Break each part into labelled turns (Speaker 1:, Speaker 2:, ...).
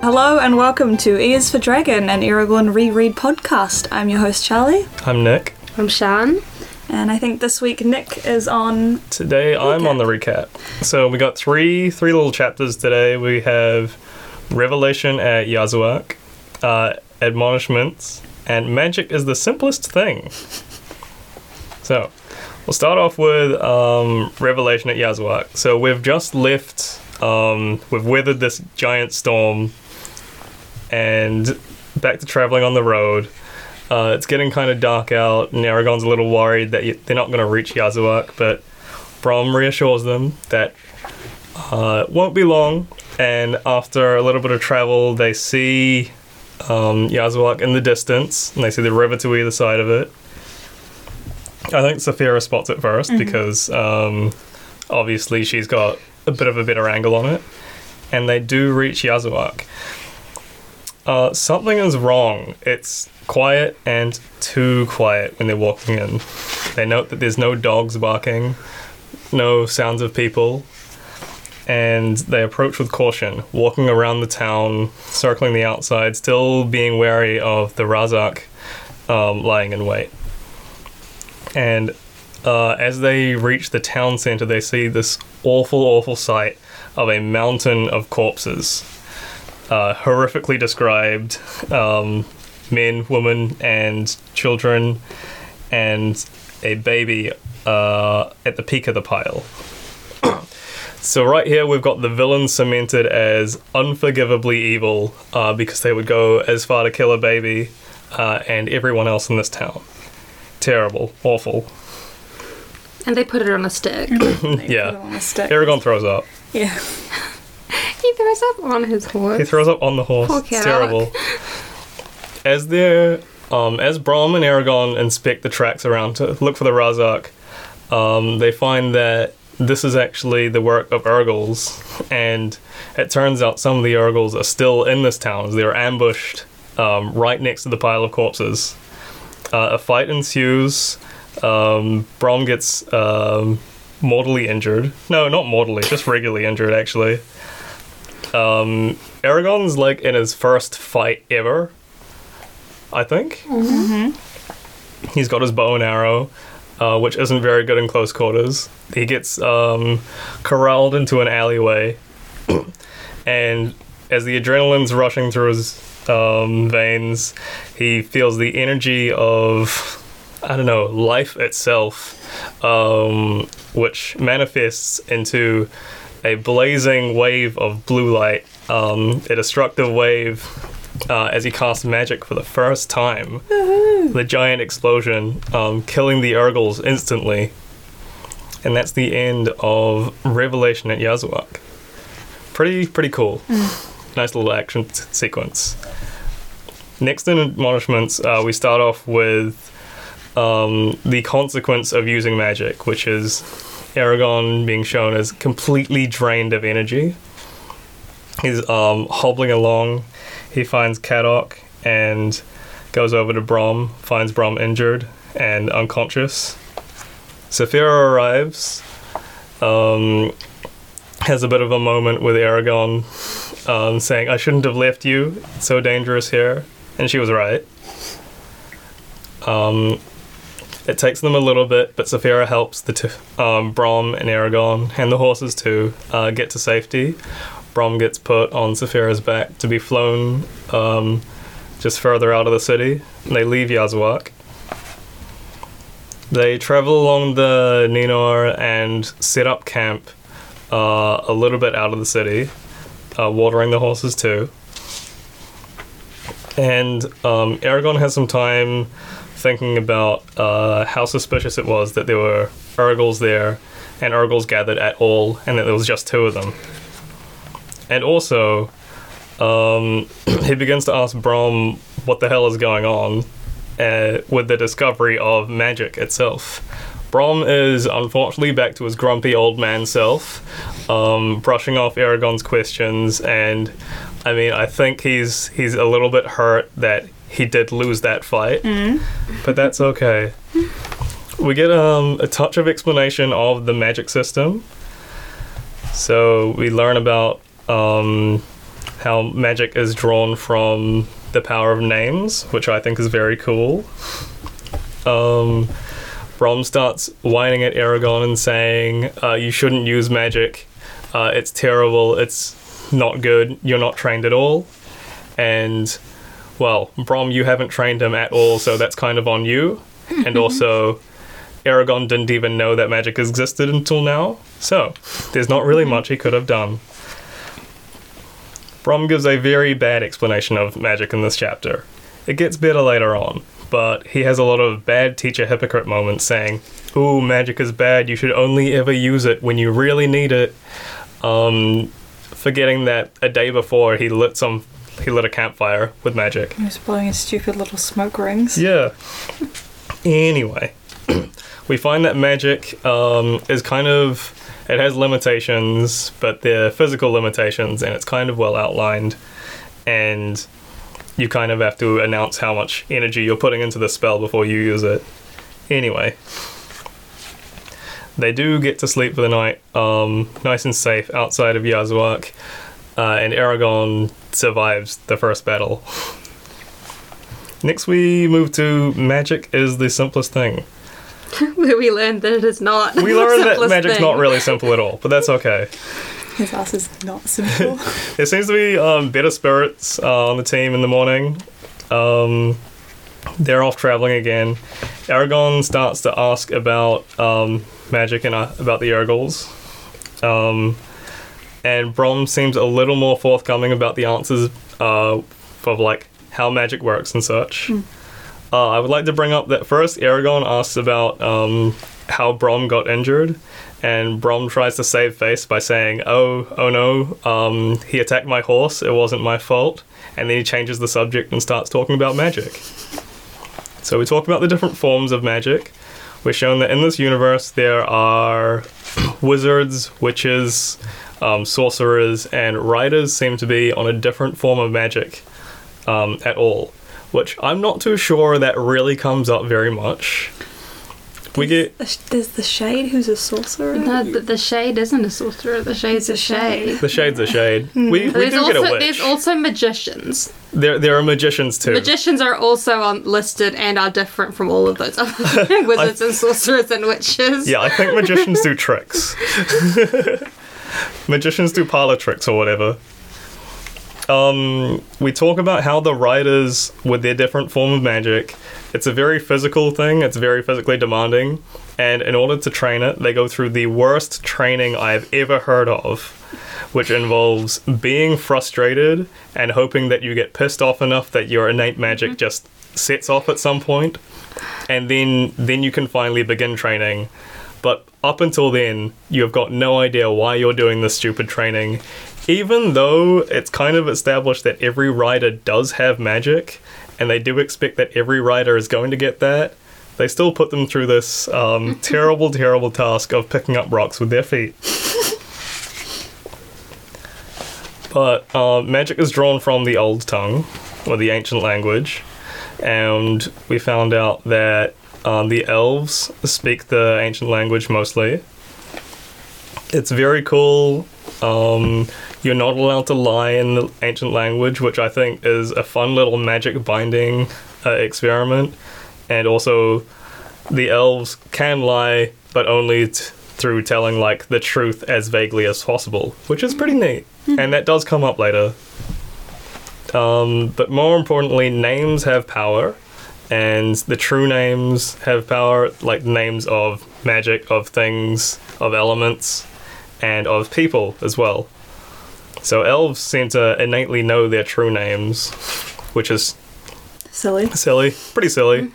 Speaker 1: Hello and welcome to Ears for Dragon, an Aragorn reread podcast. I'm your host Charlie,
Speaker 2: I'm Nick.
Speaker 3: I'm Shan.
Speaker 1: and I think this week Nick is on.
Speaker 2: Today I'm on the recap. So we got three three little chapters today. We have Revelation at Yazuak, uh, Admonishments, and Magic is the simplest thing. So we'll start off with um, Revelation at Yazuak. So we've just left. Um, we've weathered this giant storm, and back to traveling on the road. Uh, it's getting kind of dark out, and Aragon's a little worried that y they're not going to reach Yazuak, but Brom reassures them that uh, it won't be long. And after a little bit of travel, they see um, Yazuak in the distance, and they see the river to either side of it. I think Saphira spots it 1st because um, obviously she's got a bit of a better angle on it, and they do reach Yazuak. Uh, something is wrong. It's quiet and too quiet when they're walking in. They note that there's no dogs barking, no sounds of people, and they approach with caution, walking around the town, circling the outside, still being wary of the Razak um, lying in wait. And uh, as they reach the town center, they see this awful, awful sight of a mountain of corpses uh, horrifically described um, men, women, and children, and a baby uh, at the peak of the pile. so, right here, we've got the villains cemented as unforgivably evil uh, because they would go as far to kill a baby uh, and everyone else in this town. Terrible, awful.
Speaker 3: And they put it on a stick.
Speaker 1: Mm. Put it on
Speaker 2: Yeah.
Speaker 1: a stick.
Speaker 2: Aragon throws up.
Speaker 1: Yeah.
Speaker 3: he throws up on his
Speaker 2: He
Speaker 3: horse.
Speaker 2: throws up on the horse.
Speaker 3: Poor
Speaker 2: It's
Speaker 3: cat.
Speaker 2: terrible. As they're, um, as Brom and Aragon inspect the tracks around to look for the Razak, um, they find that this is actually the work of Urgles, and it turns out some of the Urgles are still in this town. They were ambushed um, right next to the pile of corpses. Uh, a fight ensues. Um, Brom gets um, mortally injured. No, not mortally, just regularly injured, actually. Um, Aragon's like in his first fight ever, I think. Mm-hmm. He's got his bow and arrow, uh, which isn't very good in close quarters. He gets um, corralled into an alleyway, and as the adrenaline's rushing through his um, veins, he feels the energy of. I don't know, life itself, um, which manifests into a blazing wave of blue light, um, a destructive wave uh, as he casts magic for the first time. The giant explosion, um, killing the Urgles instantly. And that's the end of Revelation at Yazuak. Pretty, pretty cool. Nice little action s- sequence. Next in admonishments, uh, we start off with um, the consequence of using magic, which is Aragon being shown as completely drained of energy. He's um, hobbling along. He finds Caddock and goes over to Brom, finds Brom injured and unconscious. Saphira arrives, um, has a bit of a moment with Aragon, um, saying, I shouldn't have left you. It's so dangerous here. And she was right. Um, it takes them a little bit, but Saphira helps the t- um, Brom and Aragon and the horses too uh, get to safety. Brom gets put on Saphira's back to be flown um, just further out of the city. They leave Yazwak. They travel along the Ninor and set up camp uh, a little bit out of the city, uh, watering the horses too. And um, Aragon has some time thinking about uh, how suspicious it was that there were Urgles there and Urgles gathered at all, and that there was just two of them. And also, um, he begins to ask Brom what the hell is going on uh, with the discovery of magic itself. Brom is unfortunately back to his grumpy old man self, um, brushing off Aragon's questions, and I mean, I think he's he's a little bit hurt that he did lose that fight, but that's okay. We get um, a touch of explanation of the magic system. So we learn about um, how magic is drawn from the power of names, which I think is very cool. Um, Brom starts whining at Aragorn and saying, uh, You shouldn't use magic. Uh, it's terrible. It's not good. You're not trained at all. And, well, Brom, you haven't trained him at all, so that's kind of on you. And also, Aragorn didn't even know that magic existed until now, so there's not really much he could have done. Brom gives a very bad explanation of magic in this chapter. It gets better later on, but he has a lot of bad teacher hypocrite moments saying, Ooh, magic is bad, you should only ever use it when you really need it. Um, forgetting that a day before he lit some he lit a campfire with magic.
Speaker 1: He was blowing his stupid little smoke rings.
Speaker 2: Yeah. Anyway, we find that magic um, is kind of it has limitations, but they're physical limitations, and it's kind of well outlined, and you kind of have to announce how much energy you're putting into the spell before you use it. Anyway, they do get to sleep for the night, um, nice and safe outside of Yazwak, uh, and Aragon survives the first battle. Next, we move to magic is the simplest thing.
Speaker 3: Where we learned that it is not.
Speaker 2: We
Speaker 3: the
Speaker 2: learned that
Speaker 3: simplest
Speaker 2: magic's
Speaker 3: thing.
Speaker 2: not really simple at all, but that's okay.
Speaker 1: His ass is not simple.
Speaker 2: There seems to be um, better spirits uh, on the team in the morning. Um, they're off traveling again. Aragon starts to ask about um, magic and uh, about the Urgles. Um, and Brom seems a little more forthcoming about the answers uh, of like how magic works and such.
Speaker 3: Hmm.
Speaker 2: Uh, I would like to bring up that first Aragon asks about um, how Brom got injured, and Brom tries to save face by saying, "Oh, oh no, um, he attacked my horse. It wasn't my fault." And then he changes the subject and starts talking about magic. So we talk about the different forms of magic. We're shown that in this universe there are wizards, witches, um, sorcerers, and riders seem to be on a different form of magic um, at all, which I'm not too sure that really comes up very much. We get
Speaker 1: There's the shade who's a sorcerer.
Speaker 3: No, the, the shade isn't a sorcerer. The shade's
Speaker 1: a
Speaker 3: a shade.
Speaker 2: the shades of shade. We, we
Speaker 3: Hmm. There's
Speaker 2: do
Speaker 3: also
Speaker 2: get a
Speaker 3: there's
Speaker 2: witch.
Speaker 3: also magicians.
Speaker 2: There, there are magicians too.
Speaker 3: Magicians are also on, listed and are different from all of those other wizards and sorcerers and witches.
Speaker 2: Yeah, I think magicians do tricks. magicians do parlor tricks or whatever. Um, we talk about how the riders, with their different form of magic, it's a very physical thing. It's very physically demanding, and in order to train it, they go through the worst training I've ever heard of, which involves being frustrated and hoping that you get pissed off enough that your innate magic just sets off at some point and then then you can finally begin training. But up until then, you have got no idea why you're doing this stupid training. Even though it's kind of established that every rider does have magic, and they do expect that every rider is going to get that, they still put them through this um, terrible, terrible task of picking up rocks with their feet. but uh, magic is drawn from the old tongue, or the ancient language and we found out that um, the elves speak the ancient language mostly. It's very cool. Um, you're not allowed to lie in the ancient language, which I think is a fun little magic binding uh, experiment. And also, the elves can lie, but only t- through telling like the truth as vaguely as possible, which is pretty neat. And that does come up later. Um, but more importantly, names have power, and the true names have power, like names of magic, of things, of elements, and of people as well. So elves seem to innately know their true names, which is
Speaker 1: Silly.
Speaker 2: silly, pretty silly.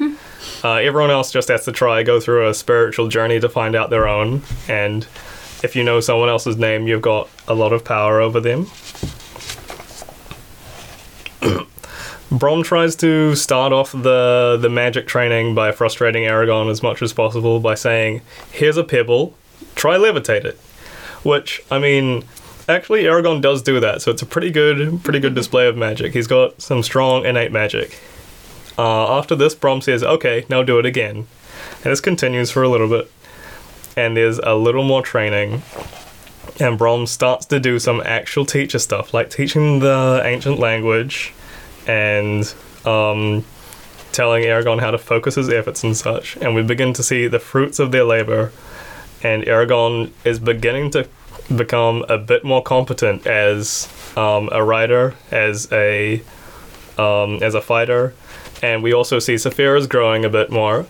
Speaker 2: Uh, everyone else just has to try go through a spiritual journey to find out their own, and if you know someone else's name, you've got a lot of power over them. Brom tries to start off the the magic training by frustrating Aragon as much as possible by saying, "Here's a pebble, try levitate it," which I mean. Actually, Aragon does do that, so it's a pretty good, pretty good display of magic. He's got some strong innate magic. Uh, after this, Brom says, okay, now do it again. And this continues for a little bit. And there's a little more training. And Brom starts to do some actual teacher stuff, like teaching the ancient language and um, telling Aragon how to focus his efforts and such. And we begin to see the fruits of their labor. And Aragon is beginning to become a bit more competent as um, a writer, as a um, as a fighter, and we also see Saphira's growing a bit more.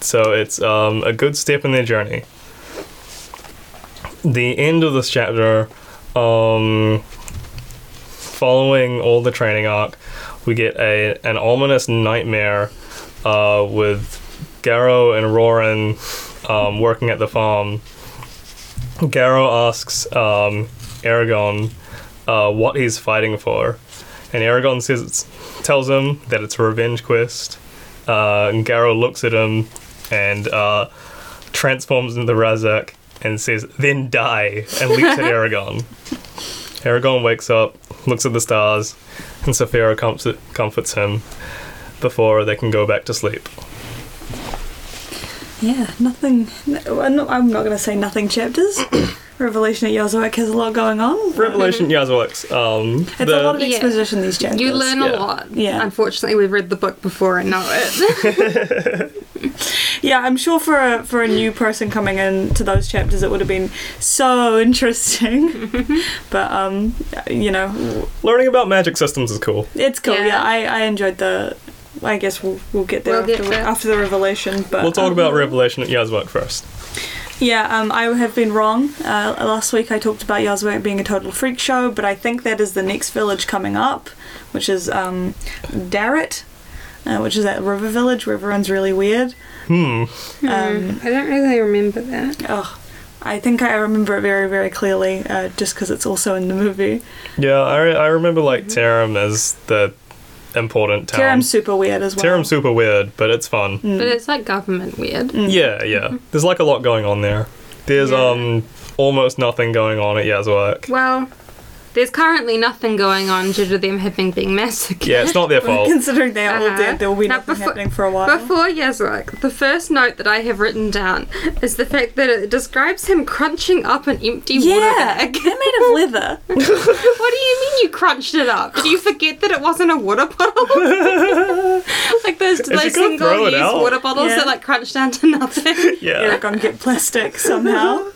Speaker 2: So it's um, a good step in their journey. The end of this chapter, um, following all the training arc, we get a an ominous nightmare uh, with Garrow and Roran um, working at the farm. Garrow asks um, Aragon uh, what he's fighting for, and Aragon says it's, tells him that it's a revenge quest. Uh, and Garrow looks at him and uh, transforms into Razak and says, "Then die," and leaps at Aragon. Aragon wakes up, looks at the stars, and Saphira comfort, comforts him before they can go back to sleep.
Speaker 1: Yeah, nothing. No, I'm not, I'm not going to say nothing chapters. Revelation at Yozoic has a lot going on.
Speaker 2: Revelation Yazwix. Um,
Speaker 1: It's a lot of
Speaker 3: Yeah.
Speaker 1: exposition these chapters.
Speaker 3: You learn a
Speaker 2: Yeah.
Speaker 3: lot.
Speaker 1: Yeah.
Speaker 3: Unfortunately, we've read the book before and know it.
Speaker 1: Yeah, I'm sure for a, for a new person coming in to those chapters, it would have been so interesting. but um, you know,
Speaker 2: learning about magic systems is cool.
Speaker 1: it's cool. Yeah,
Speaker 3: Yeah.
Speaker 1: I, I enjoyed the. I guess we'll we'll get there
Speaker 3: We'll get
Speaker 1: after,
Speaker 3: there.
Speaker 1: after the revelation. But
Speaker 2: We'll talk
Speaker 1: um,
Speaker 2: about Revelation at Yazwak first.
Speaker 1: Yeah, um, I have been wrong. Uh, last week I talked about Yazwak being a total freak show, but I think that is the next village coming up, which is um, Darrett, uh, which is that river village where everyone's really weird.
Speaker 2: Hmm.
Speaker 1: Um,
Speaker 3: I don't really remember that.
Speaker 1: oh, I think I remember it very, very clearly, uh, just because it's also in the movie.
Speaker 2: Yeah, I, re- I remember like
Speaker 1: Mm-hmm.
Speaker 2: Tarim as the important town.
Speaker 1: Taram's super weird as well. Mm.
Speaker 2: Taram's super weird, but it's fun.
Speaker 3: But it's like government weird.
Speaker 1: Mm-hmm.
Speaker 2: Yeah, yeah. There's like a lot going on there. There's
Speaker 3: Yeah.
Speaker 2: um almost nothing going on at Yazwak.
Speaker 3: Well, there's currently nothing going on due to them having been massacred.
Speaker 2: Yeah, it's not their fault.
Speaker 1: Considering they're all
Speaker 3: Uh-huh.
Speaker 1: dead, there will be
Speaker 3: Now,
Speaker 1: nothing
Speaker 3: befo-
Speaker 1: happening for a while.
Speaker 3: Before Yazrak, the first note that I have written down is the fact that it describes him crunching up an empty water
Speaker 1: yeah,
Speaker 3: bag.
Speaker 1: they're made of leather.
Speaker 3: what do you mean you crunched it up? Did you forget that it wasn't a water bottle? like those,
Speaker 2: you
Speaker 3: those
Speaker 2: gonna throw it
Speaker 3: single-use
Speaker 2: out?
Speaker 3: water bottles
Speaker 1: Yeah.
Speaker 3: that like crunch down to nothing.
Speaker 1: They're
Speaker 2: Yeah.
Speaker 1: gonna get plastic somehow.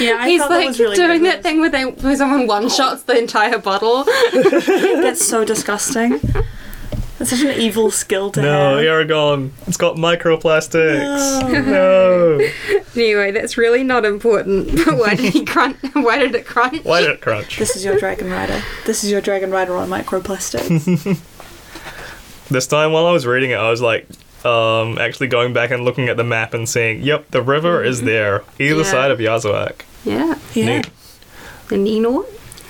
Speaker 1: Yeah, I
Speaker 3: He's
Speaker 1: thought that
Speaker 3: like
Speaker 1: was really
Speaker 3: doing
Speaker 1: good.
Speaker 3: that thing where they where someone one shots the entire bottle.
Speaker 1: That's so disgusting. That's such an evil skill to
Speaker 2: No,
Speaker 1: have.
Speaker 2: Aragon. It's got microplastics.
Speaker 1: No.
Speaker 2: No.
Speaker 3: anyway, that's really not important. But why did he crunch? Why did it crunch?
Speaker 2: Why did it crunch?
Speaker 1: This is your Dragon Rider. This is your Dragon Rider on microplastic.
Speaker 2: This time while I was reading it, I was like um actually going back and looking at the map and seeing, yep, the river is there, either
Speaker 3: Yeah.
Speaker 2: side of Yazwak.
Speaker 3: Yeah,
Speaker 1: Mm-hmm. Yeah.
Speaker 2: Neat.
Speaker 3: the Ninor.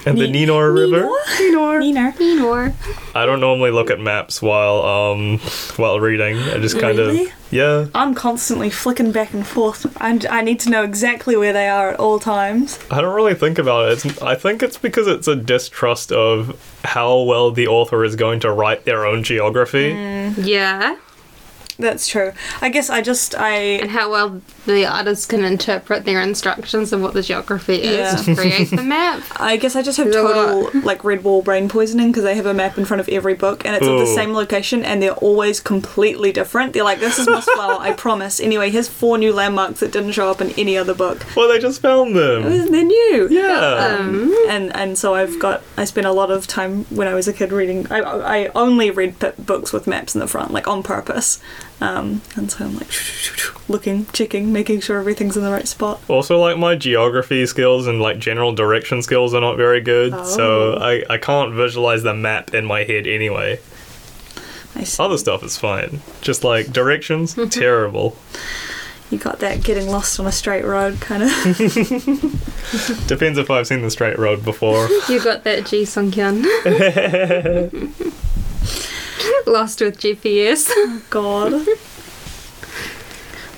Speaker 2: And the
Speaker 1: Ne-
Speaker 2: Ninor River.
Speaker 1: Ninor. Ninor.
Speaker 3: Ninor.
Speaker 2: I don't normally look at maps while um while reading. I just kind
Speaker 1: Really?
Speaker 2: of yeah.
Speaker 1: I'm constantly flicking back and forth. I'm, I need to know exactly where they are at all times.
Speaker 2: I don't really think about it. It's, I think it's because it's a distrust of how well the author is going to write their own geography.
Speaker 3: Yeah,
Speaker 1: That's true. I guess I just I
Speaker 3: and how well the artist can interpret their instructions and what the geography is to create the map.
Speaker 1: I guess I just have
Speaker 3: There's a
Speaker 1: total like red wall brain poisoning because I have a map in front of every book and it's at the
Speaker 2: Ooh.
Speaker 1: same location and they're always completely different. They're like, this is Moss Flower, I promise. Anyway, here's four new landmarks that didn't show up in any other book.
Speaker 2: Well, they just found them.
Speaker 1: They're new.
Speaker 2: Yeah.
Speaker 3: Um,
Speaker 1: and and so I've got I spent a lot of time when I was a kid reading I, I only read p- books with maps in the front like on purpose um, and so I'm like looking checking making sure everything's in the right spot
Speaker 2: Also, like my geography skills and like general direction skills are not very good, so I, I can't visualize the map in my head anyway.
Speaker 1: I see.
Speaker 2: Other stuff is fine. Just like directions, terrible.
Speaker 1: you got that getting lost on a straight road kind of
Speaker 2: Depends if I've seen the straight road before.
Speaker 3: You got that G Sung Hyun. Lost with GPS.
Speaker 1: god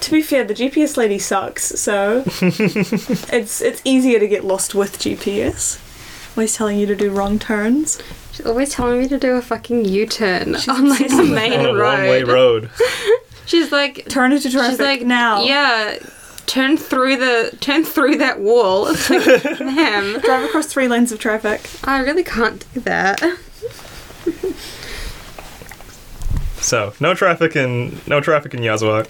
Speaker 1: to be fair the GPS lady sucks so it's it's easier to get lost with GPS always telling you to do wrong turns
Speaker 3: She's always telling me to do a fucking U turn on like the main
Speaker 2: On a
Speaker 3: road.
Speaker 2: one way road.
Speaker 3: She's like,
Speaker 1: turn into traffic
Speaker 3: she's like
Speaker 1: now
Speaker 3: Yeah, turn through the turn through that wall. It's like, ma'am,
Speaker 1: Drive across three lanes of traffic.
Speaker 3: I really can't do that.
Speaker 2: So no traffic in no traffic in Yazwak.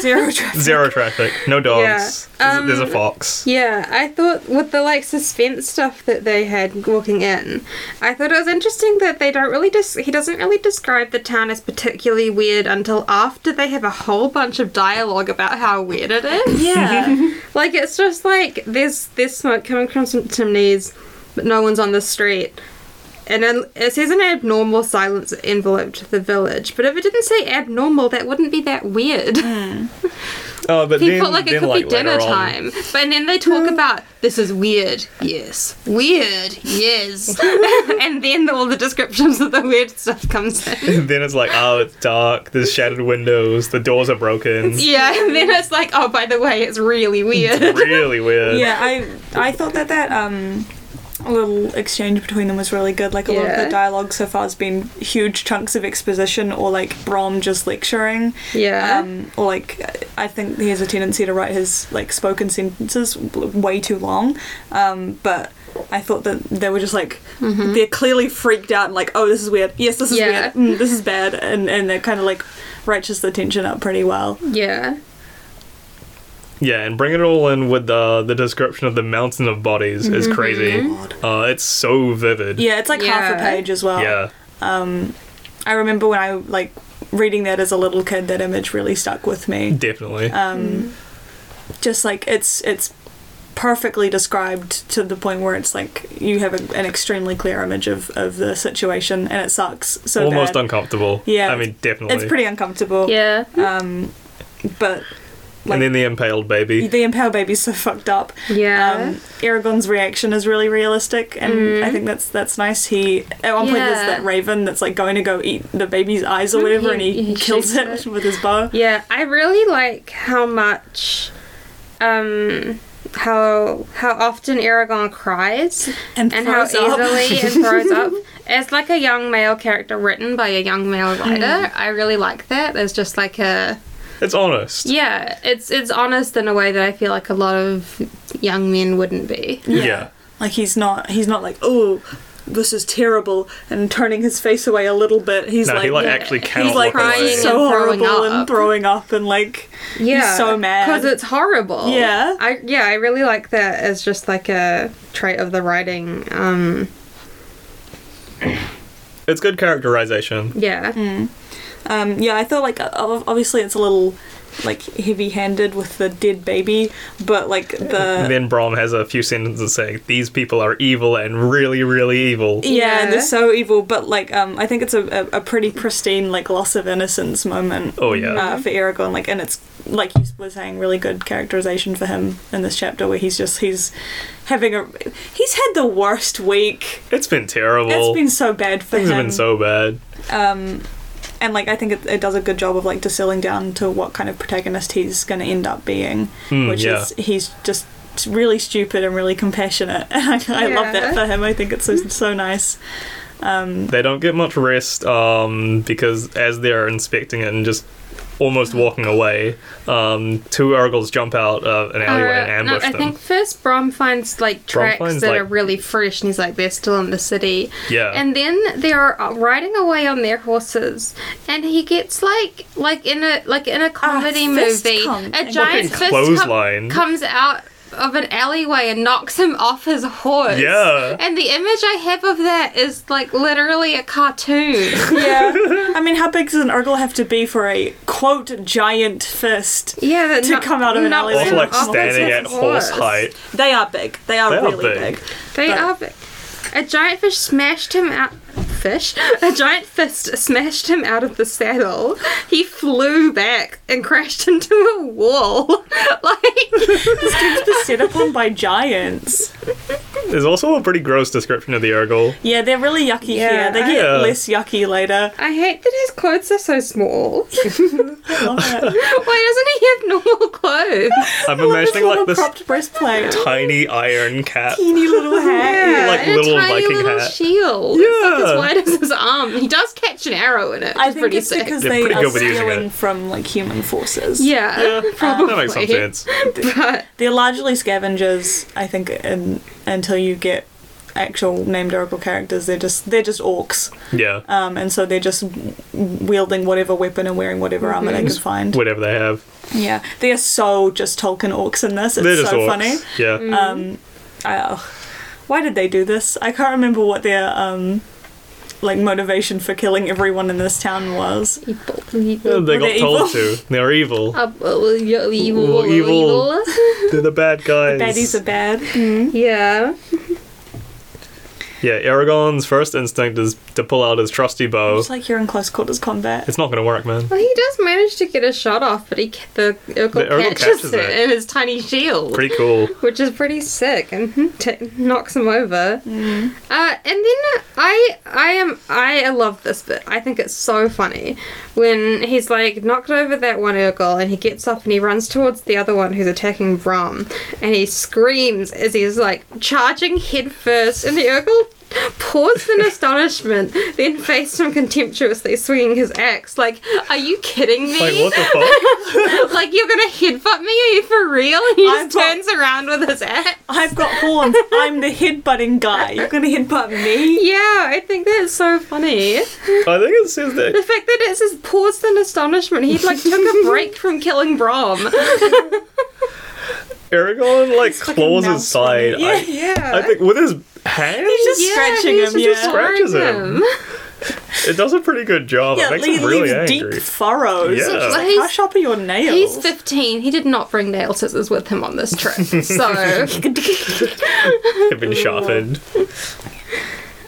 Speaker 1: Zero traffic.
Speaker 2: Zero traffic. No dogs.
Speaker 3: Yeah.
Speaker 2: There's, there's a
Speaker 3: Um,
Speaker 2: fox.
Speaker 3: Yeah, I thought with the like suspense stuff that they had walking in, I thought it was interesting that they don't really dis- he doesn't really describe the town as particularly weird until after they have a whole bunch of dialogue about how weird it is.
Speaker 1: Yeah.
Speaker 3: Like it's just like there's there's smoke coming from some chimneys, but no one's on the street. And then it says an abnormal silence enveloped the village. But if it didn't say abnormal, that wouldn't be that weird.
Speaker 2: Oh, but
Speaker 3: People
Speaker 2: then,
Speaker 3: like it
Speaker 2: then,
Speaker 3: could
Speaker 2: like,
Speaker 3: be dinner
Speaker 2: later on-
Speaker 3: time. But and then they talk about this is weird, yes. Weird, yes. and then all the descriptions of the weird stuff comes in.
Speaker 2: then it's like, oh, it's dark. There's shattered windows. The doors are broken.
Speaker 3: Yeah, and then it's like, oh, by the way, it's really weird.
Speaker 2: really weird.
Speaker 1: yeah, I I thought that that um little exchange between them was really good. Like a lot of
Speaker 3: Yeah.
Speaker 1: the dialogue so far has been huge chunks of exposition or like Brom just lecturing.
Speaker 3: Yeah.
Speaker 1: Um, or like I think he has a tendency to write his like spoken sentences way too long. Um, but I thought that they were just like they're clearly freaked out and like oh this is weird. Yes, this is
Speaker 3: Mm-hmm. Yeah.
Speaker 1: weird. Mm, this is bad. And and it kind of like ratchets the tension up pretty well.
Speaker 3: yeah.
Speaker 2: Yeah, and bring it all in with the the description of the mountain of bodies is crazy. Uh, it's so vivid.
Speaker 1: Yeah, it's like half a
Speaker 3: Mm-hmm. Oh, Yeah.
Speaker 1: page as well.
Speaker 2: Yeah.
Speaker 1: I remember when I like reading that as a little kid, that image really stuck with me.
Speaker 2: Definitely.
Speaker 3: Uh,
Speaker 1: Um, Just like it's it's perfectly described to the point where it's like you have a, an extremely clear image of, of the situation and it sucks so
Speaker 2: Almost
Speaker 1: bad.
Speaker 2: uncomfortable.
Speaker 1: Yeah,
Speaker 2: I mean, definitely.
Speaker 1: It's pretty
Speaker 2: Oh.
Speaker 1: uncomfortable.
Speaker 3: Yeah.
Speaker 1: Um, but like
Speaker 2: and then the impaled baby.
Speaker 1: the impale baby's so fucked up.
Speaker 3: Yeah. Mm-hmm.
Speaker 1: Um, Aragorn's reaction is really realistic, and I think that's that's nice. He at one point there's
Speaker 3: Yeah.
Speaker 1: that raven that's like going to go eat the baby's eyes or whatever, and he,
Speaker 3: He- he
Speaker 1: kills it,
Speaker 3: shoots
Speaker 1: with his bow.
Speaker 3: Yeah, I really like how much um how how often Aragon cries
Speaker 1: And
Speaker 3: how
Speaker 1: throws up.
Speaker 3: easily it throws up. As like a young male character written by a young male
Speaker 1: Hmm.
Speaker 3: writer, I really like that. There's just like a
Speaker 2: It's honest.
Speaker 3: yeah, it's it's honest in a way that I feel like a lot of young men wouldn't be.
Speaker 2: Yeah.
Speaker 1: Like he's not he's not like oh this is terrible and turning his face away a little bit. He's
Speaker 2: No,
Speaker 1: like.
Speaker 2: he like
Speaker 3: yeah.
Speaker 2: actually
Speaker 3: He's,
Speaker 2: cannot
Speaker 1: He's like
Speaker 2: look away.
Speaker 3: crying.
Speaker 1: so
Speaker 3: and throwing
Speaker 1: horrible
Speaker 3: up.
Speaker 1: and throwing up and like
Speaker 3: Yeah,
Speaker 1: so mad.
Speaker 3: because it's horrible.
Speaker 1: Yeah.
Speaker 3: I yeah, I really like that as just like a trait of the writing. Um,
Speaker 2: It's good characterization.
Speaker 3: yeah,
Speaker 1: Hmm. Um, yeah, I thought like o- o- obviously it's a little like heavy-handed with the dead baby, but like the
Speaker 2: then Brom has a few sentences saying these people are evil and really, really evil.
Speaker 1: yeah, and they're
Speaker 3: Yeah.
Speaker 1: so evil. But like um, I think it's a, a, a pretty pristine like loss of innocence moment.
Speaker 2: Oh, yeah.
Speaker 3: Mm-hmm.
Speaker 1: uh, for Aragorn. Like, and it's like you were saying, really good characterization for him in this chapter where he's just he's having a he's had the worst week.
Speaker 2: It's been terrible.
Speaker 1: it's been so bad for
Speaker 2: Things
Speaker 1: him.
Speaker 2: have been so bad.
Speaker 1: um and like i think it, it does a good job of like distilling down to what kind of protagonist he's going to end up being
Speaker 2: Hmm,
Speaker 1: which
Speaker 2: yeah.
Speaker 1: is he's just really stupid and really compassionate and I, I love that
Speaker 3: Yeah.
Speaker 1: for him i think it's so, so nice um
Speaker 2: They don't get much rest um, because as they're inspecting it and just almost
Speaker 1: Uh-huh.
Speaker 2: walking away, um, two Urgles jump out of an alleyway and
Speaker 3: Uh, no,
Speaker 2: ambush
Speaker 3: I
Speaker 2: them.
Speaker 3: think first Brom finds like
Speaker 2: Brom
Speaker 3: tracks
Speaker 2: finds,
Speaker 3: that
Speaker 2: like-
Speaker 3: are really fresh, and he's like, they're still in the city.
Speaker 2: Yeah.
Speaker 3: And then they're uh, riding away on their horses, and he gets like like in a like in a comedy
Speaker 1: fist
Speaker 3: movie,
Speaker 1: come-
Speaker 3: a giant
Speaker 2: Fucking
Speaker 3: fist
Speaker 2: clothesline.
Speaker 3: com- comes out of an alleyway and knocks him off his horse.
Speaker 2: Yeah.
Speaker 3: And the image I have of that is like literally a cartoon.
Speaker 1: yeah i mean how big does an urgle have to be for a quote giant fist
Speaker 3: yeah, that
Speaker 1: To
Speaker 3: knock-
Speaker 1: come out of an
Speaker 3: knocks
Speaker 1: alleyway.
Speaker 2: Off
Speaker 3: him
Speaker 2: like
Speaker 3: off his
Speaker 2: standing at horse height.
Speaker 1: they are big they are
Speaker 2: They are
Speaker 1: really
Speaker 2: big.
Speaker 1: big,
Speaker 3: They
Speaker 1: But-
Speaker 3: are big. A giant fish smashed him out. Fish? A giant fist smashed him out of the saddle. He flew back and crashed into a wall. like,
Speaker 1: They're set upon by giants
Speaker 2: There's also a pretty gross description of the Urgle.
Speaker 1: yeah they're really yucky
Speaker 3: Yeah.
Speaker 1: here they get
Speaker 2: Yeah.
Speaker 1: less yucky later
Speaker 3: I hate that his clothes are so small.
Speaker 1: I love it.
Speaker 3: Why doesn't he have normal too.
Speaker 2: I'm
Speaker 1: I love this
Speaker 2: imagining
Speaker 1: little
Speaker 2: like this
Speaker 1: cropped breastplate.
Speaker 2: tiny iron cap.
Speaker 1: Teeny little hat.
Speaker 2: Like
Speaker 3: and
Speaker 2: little
Speaker 3: a tiny
Speaker 2: Viking
Speaker 3: little
Speaker 2: hat.
Speaker 3: shield. It's like
Speaker 2: Yeah.
Speaker 3: as wide as his arm. He does catch an arrow in it, which
Speaker 1: I
Speaker 3: is
Speaker 1: think
Speaker 3: pretty
Speaker 1: it's
Speaker 3: sick.
Speaker 1: because
Speaker 2: They're
Speaker 1: they
Speaker 2: pretty
Speaker 1: are
Speaker 2: good with using
Speaker 1: stealing
Speaker 2: it.
Speaker 1: from like human forces.
Speaker 3: yeah, probably.
Speaker 2: That makes some sense.
Speaker 3: But
Speaker 1: They're largely scavengers, I think, in, until you get actual named oracle characters. They're just they're just orcs,
Speaker 2: Yeah.
Speaker 1: um, and so they're just wielding whatever weapon and wearing whatever armor
Speaker 2: Mm-hmm.
Speaker 1: they can find.
Speaker 2: Whatever they have.
Speaker 1: Yeah, they are so just Tolkien orcs in this. It's
Speaker 2: They're just
Speaker 1: so
Speaker 2: orcs.
Speaker 1: funny.
Speaker 2: Yeah.
Speaker 1: Um, I, ugh. why did they do this? I can't remember what their um, like motivation for killing everyone in this town was.
Speaker 3: evil,
Speaker 2: Yeah,
Speaker 3: evil,
Speaker 2: they got
Speaker 1: they're
Speaker 2: told to. They're evil.
Speaker 3: uh, well, you're
Speaker 2: Well,
Speaker 3: evil,
Speaker 2: evil.
Speaker 3: evil.
Speaker 2: They're the bad guys.
Speaker 1: Baddies are bad. Mm,
Speaker 3: Yeah.
Speaker 2: yeah, Aragorn's first instinct is to pull out his trusty bow.
Speaker 1: It's like you're in close quarters combat.
Speaker 2: Oh. It's not going to work, man.
Speaker 3: Well, he does manage to get a shot off, but he ca- the
Speaker 2: The
Speaker 3: Urkel
Speaker 2: Urkel
Speaker 3: catches,
Speaker 2: catches
Speaker 3: it,
Speaker 2: it.
Speaker 3: in his tiny shield,
Speaker 2: Pretty cool.
Speaker 3: which is pretty sick and t- knocks him over. Uh, and then I I am I love this bit. I think it's so funny when he's like knocked over that one Urkel and he gets up and he runs towards the other one who's attacking Brom and he screams as he's like charging headfirst and the Urkel paused in astonishment then faced him contemptuously swinging his axe like are you kidding me
Speaker 2: Like, what the fuck?
Speaker 3: like you're gonna headbutt me? Are you for real? And he
Speaker 1: I've
Speaker 3: just
Speaker 1: got-
Speaker 3: turns around with his axe.
Speaker 1: I've got horns. I'm the headbutting guy. You're gonna headbutt me?
Speaker 3: Yeah, I think that's so funny. The
Speaker 2: I think it says that.
Speaker 3: fact that it's just paused in astonishment. He like took a break from killing Brom.
Speaker 2: Aragorn, like,
Speaker 1: fucking
Speaker 2: claws his
Speaker 1: mouse
Speaker 2: side.
Speaker 1: funny.
Speaker 2: I,
Speaker 3: Yeah.
Speaker 2: I think with his hand?
Speaker 1: He's just scratching
Speaker 3: he's
Speaker 1: him.
Speaker 3: just
Speaker 1: yeah.
Speaker 2: Scratches
Speaker 3: flooring
Speaker 2: him. It does a pretty good job.
Speaker 1: yeah,
Speaker 2: it makes
Speaker 1: he
Speaker 2: him really
Speaker 1: leaves
Speaker 2: angry.
Speaker 1: deep furrows.
Speaker 2: Yeah.
Speaker 1: It's like,
Speaker 3: He's-
Speaker 1: how sharp are your nails?
Speaker 3: He's 15. He did not bring nail scissors with him on this trip. So,
Speaker 2: They've been sharpened.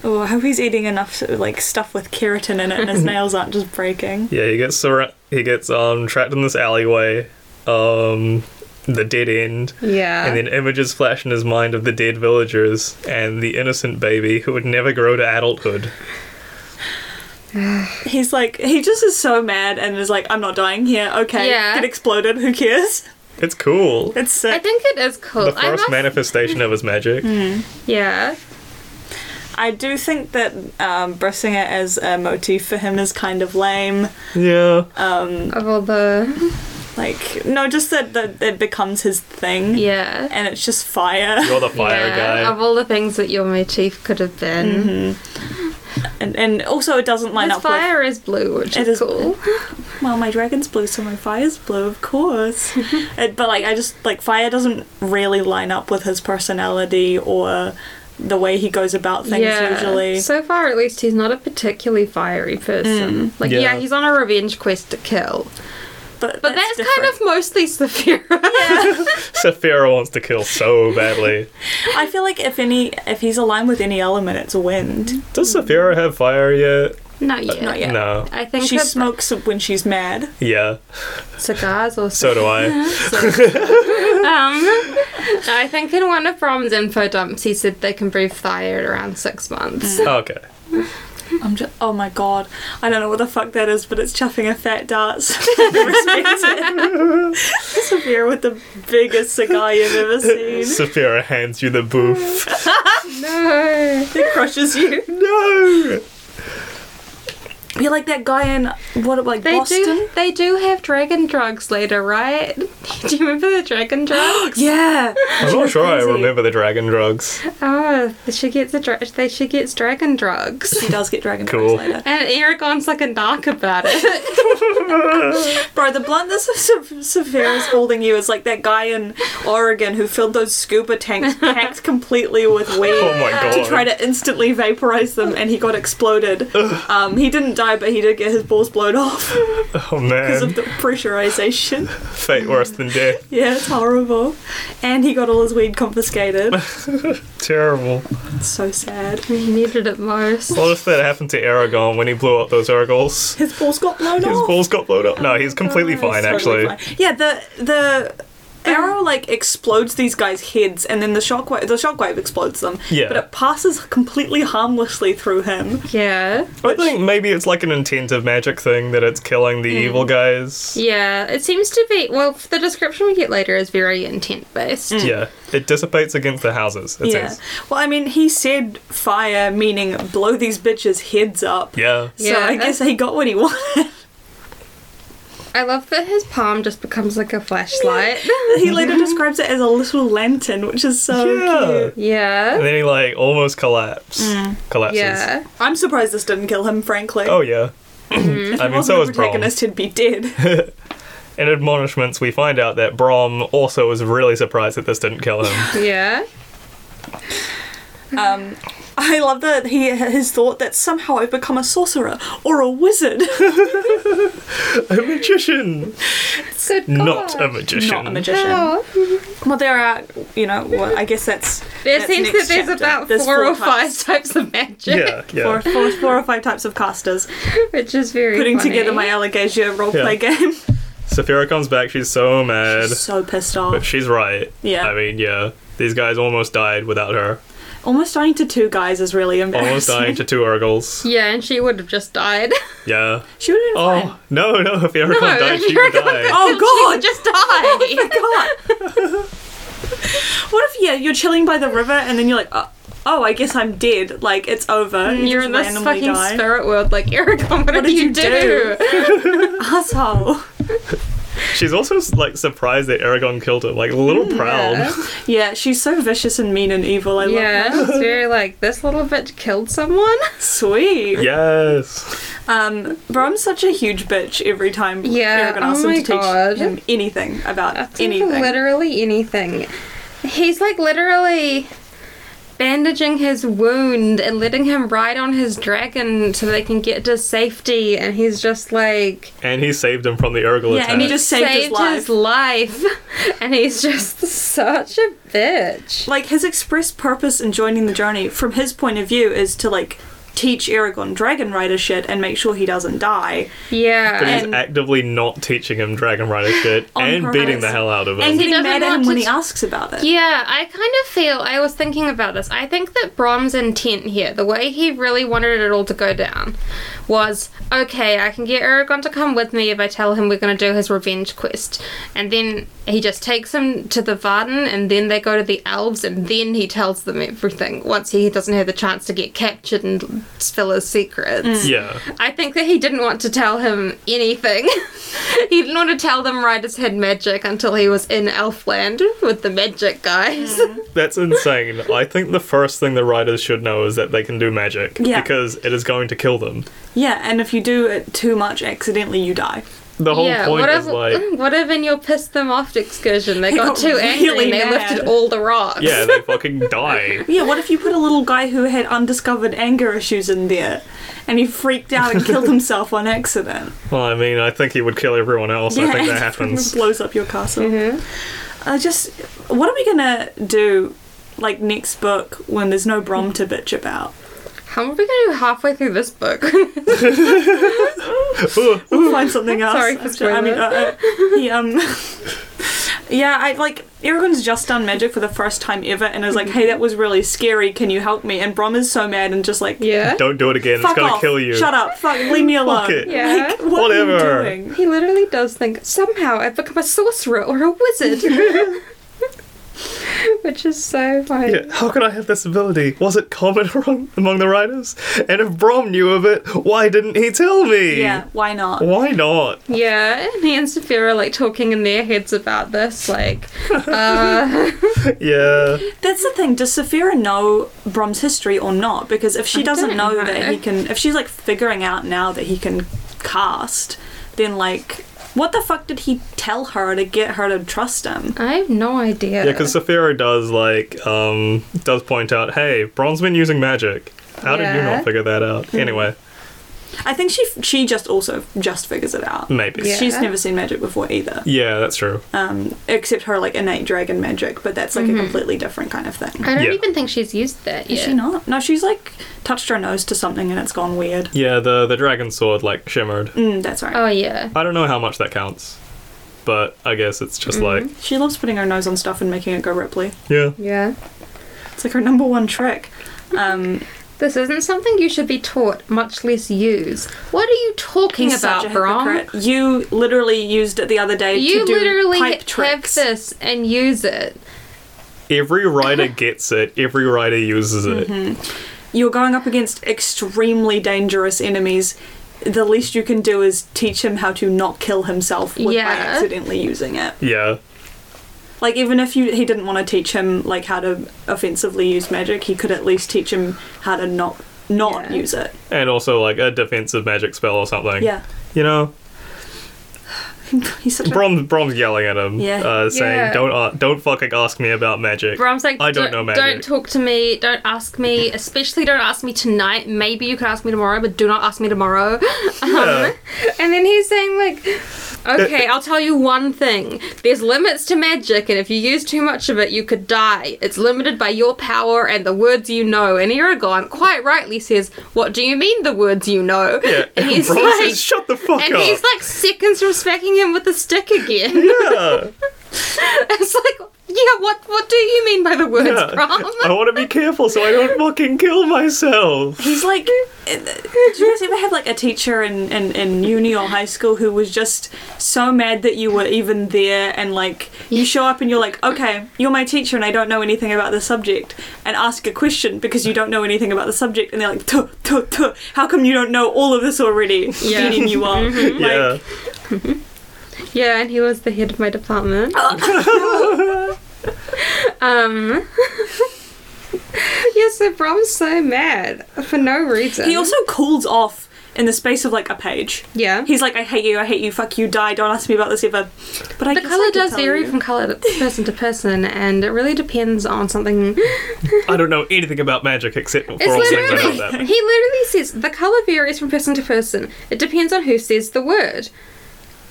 Speaker 1: oh, I hope he's eating enough like stuff with keratin in it, and his nails aren't just breaking.
Speaker 2: Yeah, he gets surra- he gets um trapped in this alleyway, um, the dead end,
Speaker 3: yeah.
Speaker 2: and then images flash in his mind of the dead villagers and the innocent baby who would never grow to adulthood.
Speaker 1: He's like, he just is so mad, and is like, I'm not dying here. Okay,
Speaker 3: Yeah.
Speaker 1: get exploded. Who cares?
Speaker 2: It's cool.
Speaker 1: It's
Speaker 3: I
Speaker 1: sick.
Speaker 3: think it is cool.
Speaker 2: The
Speaker 3: I Hmm.
Speaker 2: first
Speaker 3: must,
Speaker 2: manifestation of his magic.
Speaker 3: yeah.
Speaker 1: I do think that um, brushing it as a motif for him is kind of lame.
Speaker 2: Yeah.
Speaker 3: Uh, Of all the.
Speaker 1: Like, no, just that, that it becomes his thing.
Speaker 3: Yeah.
Speaker 1: and it's just fire.
Speaker 2: You're the fire
Speaker 3: yeah.
Speaker 2: guy.
Speaker 3: Of all the things that your motif could have been.
Speaker 1: And and also it doesn't line
Speaker 3: His
Speaker 1: up
Speaker 3: fire is blue, which
Speaker 1: It is
Speaker 3: is, cool.
Speaker 1: with well my dragon's blue so my fire's blue of course. it, but like I just like fire doesn't really line up with his personality or the way he goes about things usually.
Speaker 3: So far, at least, he's not a particularly fiery
Speaker 1: Mm.
Speaker 3: person. Like, yeah.
Speaker 2: Yeah.
Speaker 3: he's on a revenge quest to kill.
Speaker 1: but
Speaker 3: But that's, kind of mostly Saphira.
Speaker 2: Saphira wants to kill so badly.
Speaker 1: of I feel like if any if he's aligned with any element it's
Speaker 3: Mm-hmm.
Speaker 1: wind.
Speaker 2: Does Saphira have fire yet?
Speaker 3: not yet.
Speaker 1: not yet. Yeah.
Speaker 2: No.
Speaker 3: I think
Speaker 1: She
Speaker 3: her
Speaker 1: smokes when she's mad.
Speaker 2: Yeah.
Speaker 3: cigars or
Speaker 2: So do I.
Speaker 3: Um, I think in one of Brom's info dumps, he said they can breathe fire at around six months.
Speaker 1: Mm.
Speaker 2: okay.
Speaker 1: I'm just oh my god. I don't know what the fuck that is, but it's chuffing a fat dart. so I respect it. Severe with the biggest cigar you've ever seen.
Speaker 2: Saphira hands you the boof.
Speaker 3: No.
Speaker 1: It crushes you.
Speaker 2: no.
Speaker 1: You're like that guy in what like
Speaker 3: They
Speaker 1: Boston?
Speaker 3: do, they do have dragon drugs later, right? do you remember the dragon drugs?
Speaker 1: Yeah.
Speaker 2: I'm not sure I
Speaker 1: Crazy.
Speaker 2: remember the dragon drugs.
Speaker 3: Oh, she gets a dra- they, she gets dragon drugs.
Speaker 1: He does get dragon
Speaker 2: Cool.
Speaker 1: cool. later.
Speaker 3: And Aragorn's like a knock about it.
Speaker 1: Bro, the bluntness of Se- Severus holding you is like that guy in Oregon who filled those scuba tanks packed completely with weed
Speaker 2: Oh my
Speaker 1: to
Speaker 2: god.
Speaker 1: try to instantly vaporize them and he got exploded. Um, he didn't die, but he did get his balls blown off
Speaker 2: oh
Speaker 1: because of
Speaker 2: man.
Speaker 1: the pressurization.
Speaker 2: Fate worse than death.
Speaker 1: Yeah, it's horrible. And he got all his weed confiscated.
Speaker 2: Terrible.
Speaker 1: It's so sad.
Speaker 3: he needed it most.
Speaker 2: What if that happened to Aragorn when he blew up those Urgles?
Speaker 1: His balls got blown
Speaker 2: His
Speaker 1: off.
Speaker 2: balls got blown up. No, he's completely
Speaker 3: God,
Speaker 2: fine,
Speaker 1: Oh, Totally
Speaker 2: actually.
Speaker 1: fine. Yeah, the the Arrow like explodes these guys' heads, and then the shockwave the shockwave explodes them.
Speaker 2: Yeah.
Speaker 1: But it passes completely harmlessly through him.
Speaker 3: Yeah.
Speaker 2: I think maybe it's like an intent of magic thing that it's killing
Speaker 1: Hmm.
Speaker 2: the evil guys.
Speaker 3: Yeah, it seems to be. Well, the description we get later is very intent based.
Speaker 1: Mm.
Speaker 2: Yeah, it dissipates against the houses. It
Speaker 1: yeah.
Speaker 2: says.
Speaker 1: Well, I mean, he said fire, meaning blow these bitches' heads up.
Speaker 2: Yeah.
Speaker 1: So
Speaker 3: Yeah,
Speaker 1: I guess he got what he wanted.
Speaker 3: I love that his palm just becomes like a flashlight.
Speaker 1: he later describes it as a little lantern, which is so
Speaker 2: Yeah.
Speaker 1: cute.
Speaker 2: And
Speaker 3: Yeah.
Speaker 2: then he like almost collapse,
Speaker 1: Hmm.
Speaker 2: collapses.
Speaker 3: Yeah.
Speaker 1: I'm surprised this didn't kill him, frankly.
Speaker 2: Oh yeah.
Speaker 1: if
Speaker 2: I
Speaker 1: he
Speaker 2: mean,
Speaker 1: wasn't
Speaker 2: so
Speaker 1: the
Speaker 2: was Brom.
Speaker 1: protagonist, he'd be dead.
Speaker 2: In admonishments, we find out that Brom also was really surprised that this didn't kill him.
Speaker 3: Yeah.
Speaker 1: Um, I love that he his thought that somehow I've become a sorcerer or a wizard,
Speaker 2: a magician,
Speaker 3: So
Speaker 2: not a
Speaker 3: gosh.
Speaker 2: magician.
Speaker 1: not a magician.
Speaker 3: No.
Speaker 1: Well, there are, you know, well, I guess that's.
Speaker 3: There
Speaker 1: that's
Speaker 3: seems
Speaker 1: next
Speaker 3: that there's
Speaker 1: chapter.
Speaker 3: about
Speaker 1: There's
Speaker 3: four, or five
Speaker 1: types.
Speaker 3: types. of magic,
Speaker 2: Yeah, yeah.
Speaker 1: Four, four, four or five types of casters.
Speaker 3: which is very
Speaker 1: Putting
Speaker 3: funny.
Speaker 1: together my Allegasia roleplay game.
Speaker 2: Saphira comes back. She's so mad,
Speaker 1: so pissed
Speaker 2: but
Speaker 1: off.
Speaker 2: she's right.
Speaker 1: Yeah.
Speaker 2: I mean, yeah. These guys almost died without her.
Speaker 1: Almost dying to two guys is really
Speaker 2: Almost
Speaker 1: embarrassing.
Speaker 2: dying to two Urgles.
Speaker 3: Yeah, and she would have just died.
Speaker 2: Yeah.
Speaker 1: She would have been
Speaker 2: Oh no, no! If Aragorn
Speaker 3: No,
Speaker 2: died,
Speaker 3: if
Speaker 2: she would
Speaker 3: Aragorn
Speaker 2: die.
Speaker 1: died- Oh,
Speaker 3: She
Speaker 1: God.
Speaker 3: would just die.
Speaker 1: fine. God. what if yeah, you're chilling by the river and then you're like, oh, oh I guess I'm dead. Like it's over. You
Speaker 3: Mm, You're
Speaker 1: just
Speaker 3: in this
Speaker 1: randomly
Speaker 3: fucking
Speaker 1: die.
Speaker 3: spirit world, like Eric. What, did,
Speaker 1: did
Speaker 3: you,
Speaker 1: you
Speaker 3: do?
Speaker 1: asshole.
Speaker 2: She's also like surprised that Aragorn killed her. Like a little proud.
Speaker 1: Yeah, she's so vicious and mean and evil. I love
Speaker 3: Yeah,
Speaker 1: her.
Speaker 3: it's very like this little bitch killed someone.
Speaker 1: Sweet.
Speaker 2: Yes.
Speaker 1: Um, Brom's such a huge bitch every time
Speaker 3: Yeah,
Speaker 1: Aragorn asks
Speaker 3: oh
Speaker 1: him
Speaker 3: my
Speaker 1: to teach
Speaker 3: God.
Speaker 1: him anything about
Speaker 3: That's
Speaker 1: anything.
Speaker 3: literally anything. He's like literally bandaging his wound and letting him ride on his dragon so they can get to safety, and he's just like
Speaker 2: And he saved him from the Urgle
Speaker 1: Yeah,
Speaker 2: attack.
Speaker 1: and he just saved, his life.
Speaker 3: life. and he's just such a bitch.
Speaker 1: Like his express purpose in joining the journey, from his point of view, is to like teach Aragorn Dragon Rider shit and make sure he doesn't die.
Speaker 2: But
Speaker 3: Yeah.
Speaker 2: he's
Speaker 1: and-
Speaker 2: actively not teaching him Dragon Rider shit
Speaker 1: On
Speaker 2: and
Speaker 1: purpose.
Speaker 2: beating the hell out of him.
Speaker 1: And getting
Speaker 3: doesn't
Speaker 1: mad at him
Speaker 3: want
Speaker 1: when
Speaker 3: to-
Speaker 1: he asks about it.
Speaker 3: Yeah, I kind of feel I was thinking about this. I think that Brom's intent here, the way he really wanted it all to go down, was okay, I can get Aragorn to come with me if I tell him we're going to do his revenge quest. And then he just takes him to the Varden, and then they go to the elves, and then he tells them everything once he doesn't have the chance to get captured and spill his secrets.
Speaker 2: yeah.
Speaker 3: I think that he didn't want to tell him anything. he didn't want to tell them Riders had magic until he was in Elfland with the magic guys.
Speaker 2: That's insane. I think the first thing the riders should know is that they can do magic.
Speaker 1: Yeah.
Speaker 2: Because it is going to kill them.
Speaker 1: Yeah, and if you do it too much accidentally, you die.
Speaker 2: The whole point
Speaker 3: what
Speaker 2: is
Speaker 3: if, mm,
Speaker 2: like
Speaker 3: what if in your piss them off excursion they got,
Speaker 1: got
Speaker 3: too angry
Speaker 1: really
Speaker 3: and they
Speaker 1: mad.
Speaker 3: lifted all the rocks?
Speaker 2: Yeah, they fucking die.
Speaker 1: Yeah, what if you put a little guy who had undiscovered anger issues in there and he freaked out and killed himself on accident?
Speaker 2: Well, I mean, I think he would kill everyone else. I think that happens.
Speaker 1: blows up your castle.
Speaker 3: Mm-hmm.
Speaker 1: Uh, just, what are we gonna do, like, next book when there's no Brom to bitch about?
Speaker 3: How are we gonna do halfway through this book?
Speaker 2: Ooh.
Speaker 1: We'll find something else.
Speaker 3: Sorry for
Speaker 1: I'm sure- I mean, uh, uh, he, um, yeah, I like Aragorn's just done magic for the first time ever, and is like,
Speaker 3: Mm-hmm.
Speaker 1: "Hey, that was really scary. Can you help me?" And Brom is so mad and just like,
Speaker 3: yeah.
Speaker 2: Don't do it again.
Speaker 1: "Fuck
Speaker 2: it's gonna
Speaker 1: off!
Speaker 2: kill you.
Speaker 1: Shut up! Fuck! Leave me alone!"
Speaker 2: it.
Speaker 3: Yeah.
Speaker 1: Like, what
Speaker 2: Whatever.
Speaker 1: Are you doing?
Speaker 3: He literally does think somehow I've become a sorcerer or a wizard. Which is so funny.
Speaker 2: Yeah, how could I have this ability? Was it common among- among the writers? And if Brom knew of it, why didn't he tell me?
Speaker 1: Yeah. Why not?
Speaker 2: Why not?
Speaker 3: Yeah, and he and Sophia are like talking in their heads about this, like, uh,
Speaker 2: Yeah.
Speaker 1: That's the thing. Does Saphira know Brom's history or not? Because if she doesn't
Speaker 3: don't
Speaker 1: know,
Speaker 3: know.
Speaker 1: that he can, if she's like figuring out now that he can cast, then like, what the fuck did he tell her to get her to trust him?
Speaker 3: I have no idea.
Speaker 2: Yeah, because Saphira does, like, um, does point out, hey, Brom's been using magic. How did you
Speaker 3: Yeah.
Speaker 2: not figure that out?
Speaker 1: Hmm.
Speaker 2: Anyway,
Speaker 1: I think she she just also just figures it out.
Speaker 2: maybe.
Speaker 3: Mm. Yeah.
Speaker 1: She's never seen magic before either,
Speaker 2: Yeah, that's true.
Speaker 1: um, except her like innate dragon magic, but that's like
Speaker 3: Mm-hmm.
Speaker 1: a completely different kind of thing.
Speaker 3: I don't
Speaker 2: Yeah.
Speaker 3: even think she's used that yet.
Speaker 1: Is she not? No, she's like touched her nose to something and it's gone weird.
Speaker 2: Yeah, the, the dragon sword, like, shimmered.
Speaker 1: Mm, that's right.
Speaker 3: Oh, yeah.
Speaker 2: I don't know how much that counts. but I guess it's just
Speaker 3: Mm-hmm.
Speaker 2: like,
Speaker 1: She loves putting her nose on stuff and making it go Ripley.
Speaker 2: yeah.
Speaker 3: Yeah.
Speaker 1: It's like her number one trick. Um,
Speaker 3: This isn't something you should be taught, much less use. What are you talking
Speaker 1: you're such
Speaker 3: about,
Speaker 1: a
Speaker 3: Brom?
Speaker 1: hypocrite. You literally used it the other day
Speaker 3: You
Speaker 1: to do
Speaker 3: literally
Speaker 1: pipe
Speaker 3: have
Speaker 1: tricks.
Speaker 3: this and use it.
Speaker 2: Every writer gets it. Every writer uses it.
Speaker 3: Mm-hmm.
Speaker 1: You're going up against extremely dangerous enemies. The least you can do is teach him how to not kill himself with,
Speaker 3: Yeah.
Speaker 1: by accidentally using it.
Speaker 2: Yeah.
Speaker 1: Like even if you he didn't want to teach him like how to offensively use magic, he could at least teach him how to not not
Speaker 3: Yeah.
Speaker 1: use it.
Speaker 2: And also like a defensive magic spell or something.
Speaker 1: Yeah.
Speaker 2: You know,
Speaker 1: He's such a
Speaker 2: Brom Brom's yelling at him,
Speaker 1: Yeah.
Speaker 2: uh, saying,
Speaker 3: Yeah.
Speaker 2: "Don't a don't fucking ask me about magic."
Speaker 3: Brom's like,
Speaker 2: I don't
Speaker 3: "Don't-
Speaker 2: know magic.
Speaker 3: Don't talk to me. Don't ask me. Especially don't ask me tonight. Maybe you could ask me tomorrow, but do not ask me tomorrow. Um,
Speaker 2: Yeah.
Speaker 3: and then he's saying like, okay, I'll tell you one thing. There's limits to magic, and if you use too much of it, you could die. It's limited by your power and the words you know. And Aragorn quite rightly says, "What do you mean the words you know?"
Speaker 2: yeah.
Speaker 3: And he's
Speaker 2: Brom
Speaker 3: like,
Speaker 2: says, "Shut the fuck
Speaker 3: and
Speaker 2: up."
Speaker 3: he's like seconds from smacking him with the stick again.
Speaker 2: yeah.
Speaker 3: it's like, yeah, what what do you mean by the words,
Speaker 2: Yeah.
Speaker 3: Brom?
Speaker 2: I want to be careful so I don't fucking kill myself.
Speaker 1: He's like, did you guys ever have like a teacher in, in, in uni or high school who was just so mad that you were even there and like you show up and you're like, okay, you're my teacher and I don't know anything about the subject and ask a question because you don't know anything about the subject and they're like, tuh, tuh, tuh, how come you don't know all of this already?
Speaker 3: Yeah. Mm-hmm.
Speaker 1: Beating you up. Like,
Speaker 2: yeah.
Speaker 3: Yeah, and he was the head of my department. um. yeah, so Brom's so mad for no reason.
Speaker 1: He also cools off in the space of like a page.
Speaker 3: yeah.
Speaker 1: He's like, I hate you, I hate you, fuck you, die, don't ask me about this ever. But I
Speaker 3: the
Speaker 1: guess I
Speaker 3: color
Speaker 1: could
Speaker 3: does
Speaker 1: tell
Speaker 3: vary
Speaker 1: you.
Speaker 3: from color to person to person, and it really depends on something.
Speaker 2: I don't know anything about magic except for
Speaker 3: It's
Speaker 2: all the things I know
Speaker 3: literally
Speaker 2: about.
Speaker 3: he literally says the color varies from person to person. It depends on who says the word.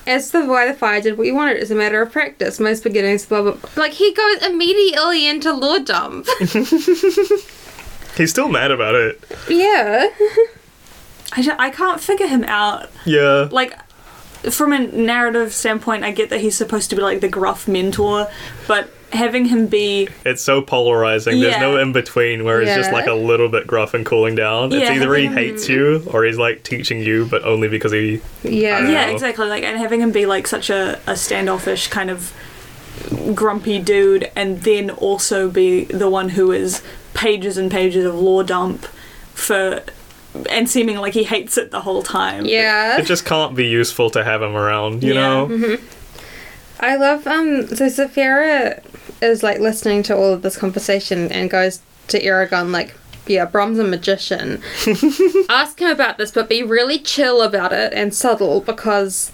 Speaker 3: As to why the fire did what you wanted, it's a matter of practice. Most beginnings, blah blah. blah. Like he goes immediately into law dump.
Speaker 2: He's still mad about it.
Speaker 3: yeah.
Speaker 1: I, ju- I can't figure him out.
Speaker 2: Yeah.
Speaker 1: like from a narrative standpoint i get that he's supposed to be like the gruff mentor but having him be
Speaker 2: It's so polarizing. There's
Speaker 1: Yeah.
Speaker 2: no in between where he's just
Speaker 3: Yeah.
Speaker 2: like a little bit gruff and cooling down. It's
Speaker 1: Yeah.
Speaker 2: either he hates you or he's like teaching you, but only because he.
Speaker 3: Yeah.
Speaker 2: don't
Speaker 1: yeah
Speaker 2: know.
Speaker 1: exactly like and having him be like such a, a standoffish kind of grumpy dude and then also be the one who is pages and pages of lore dump for and seeming like he hates it the whole time
Speaker 2: It
Speaker 3: Yeah.
Speaker 2: just can't be useful to have him around, you
Speaker 1: Yeah.
Speaker 2: know?
Speaker 3: I love um so Zafira is like listening to all of this conversation and goes to Aragon like yeah, Brom's a magician. Ask him about this, but be really chill about it and subtle because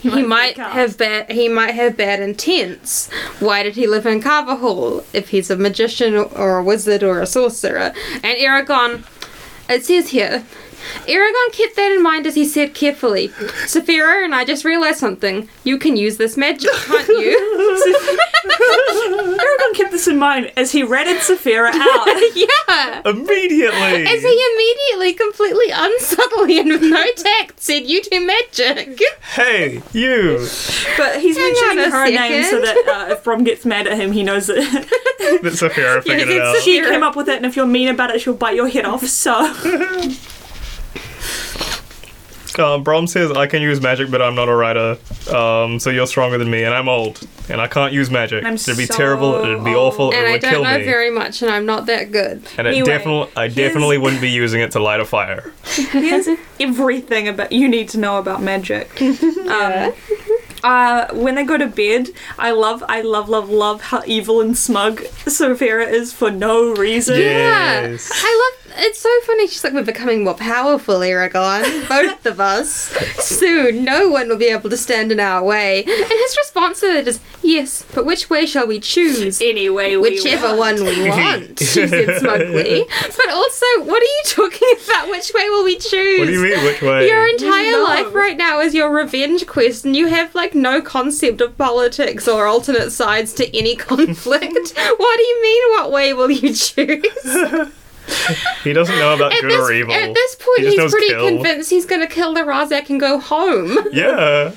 Speaker 3: he, might
Speaker 1: freak out.
Speaker 3: have bad he might have bad intents. Why did he live in Carver Hall if he's a magician or a wizard or a sorcerer? And Aragon it says here Aragon kept that in mind as he said carefully, Sephira and I just realised something. You can use this magic, can't you?
Speaker 1: Aragorn kept this in mind as he ratted Saphira out
Speaker 3: yeah!
Speaker 2: Immediately!
Speaker 3: As he immediately, completely unsubtly and with no tact said, You do magic!
Speaker 2: hey, you!
Speaker 1: but he's
Speaker 3: Hang on
Speaker 1: mentioning
Speaker 3: a
Speaker 1: her name so
Speaker 3: second.
Speaker 1: that uh, if Brom gets mad at him he knows that
Speaker 2: That's Sophia figured it out.
Speaker 3: it's-
Speaker 1: She
Speaker 3: Sure.
Speaker 1: came up with it, and if you're mean about it, she'll bite your head off. So
Speaker 2: Um, Brom says, I can use magic, but I'm not a writer. Um, so you're stronger than me, and I'm old, and I can't use magic.
Speaker 1: I'm
Speaker 2: it'd be
Speaker 1: so
Speaker 2: terrible, it'd be
Speaker 1: old.
Speaker 2: awful,
Speaker 3: And
Speaker 2: it
Speaker 3: I
Speaker 2: would
Speaker 3: don't
Speaker 2: kill
Speaker 3: know
Speaker 2: me.
Speaker 3: very much and I'm not that good.
Speaker 2: and it
Speaker 1: Anyway,
Speaker 2: definitely, I
Speaker 1: here's-
Speaker 2: definitely wouldn't be using it to light a fire.
Speaker 1: here's everything about you need to know about magic. Um, uh, when they go to bed, I love, I love, love, love how evil and smug Sophia is for no reason.
Speaker 2: Yeah.
Speaker 3: Yeah.
Speaker 2: Yes.
Speaker 3: I love it's so funny. She's like, We're becoming more powerful, Aragon. Both of us. Soon no one will be able to stand in our way. And his response to it is, Yes, but which way shall we choose?
Speaker 1: Anyway, we
Speaker 3: Whichever one we want, she said smugly. But also, what are you talking about? Which way will we choose?
Speaker 2: What do you mean, which way?
Speaker 3: Your entire
Speaker 1: No.
Speaker 3: life right now is your revenge quest, and you have like no concept of politics or alternate sides to any conflict. what do you mean? What way will you choose?
Speaker 2: He doesn't know about
Speaker 3: At
Speaker 2: good
Speaker 3: this,
Speaker 2: or evil.
Speaker 3: at this point,
Speaker 2: He just
Speaker 3: he's
Speaker 2: knows
Speaker 3: pretty
Speaker 2: kill.
Speaker 3: convinced he's going to kill the Razak and go home.
Speaker 2: Yeah.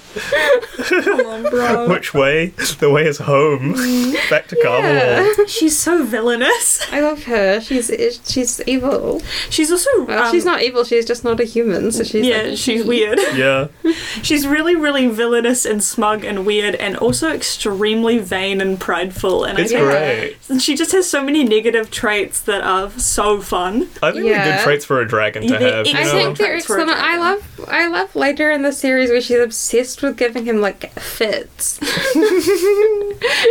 Speaker 1: Come on, bro.
Speaker 2: Which way? The way is home. Back to Kabul.
Speaker 1: She's so villainous.
Speaker 3: I love her. She's she's evil.
Speaker 1: She's also.
Speaker 3: Well,
Speaker 1: um,
Speaker 3: she's not evil. She's just not a human. So she's
Speaker 1: Yeah,
Speaker 3: like,
Speaker 1: she's weird.
Speaker 2: Yeah.
Speaker 1: She's really, really villainous and smug and weird, and also extremely vain and prideful. And
Speaker 2: It's
Speaker 1: I think
Speaker 2: great.
Speaker 1: she just has so many negative traits that are so fun.
Speaker 2: I think they're good
Speaker 3: Yeah.
Speaker 2: traits for a dragon to
Speaker 1: Yeah, they-
Speaker 2: have. You
Speaker 1: I
Speaker 3: I
Speaker 2: know?
Speaker 3: think they're
Speaker 1: Contracts were
Speaker 3: excellent. I love I love later in the series where she's obsessed with giving him like fits.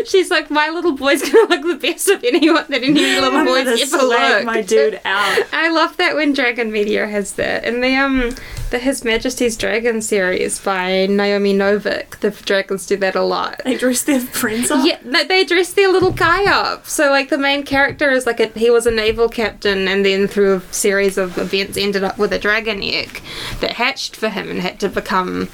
Speaker 3: she's like, my little boy's gonna look the best of anyone that any little
Speaker 1: I'm
Speaker 3: boy's
Speaker 1: gonna
Speaker 3: ever
Speaker 1: slag
Speaker 3: looked.
Speaker 1: my dude out.
Speaker 3: I love that when Dragon Meteor has that. In the um the His Majesty's Dragon series by Naomi Novik, the dragons do that a lot.
Speaker 1: They dress their friends up.
Speaker 3: Yeah, no, they dress their little guy up. So like the main character is like a, he was a naval captain, and then through a series of events, ended up with a dragon egg that hatched for him and had to become.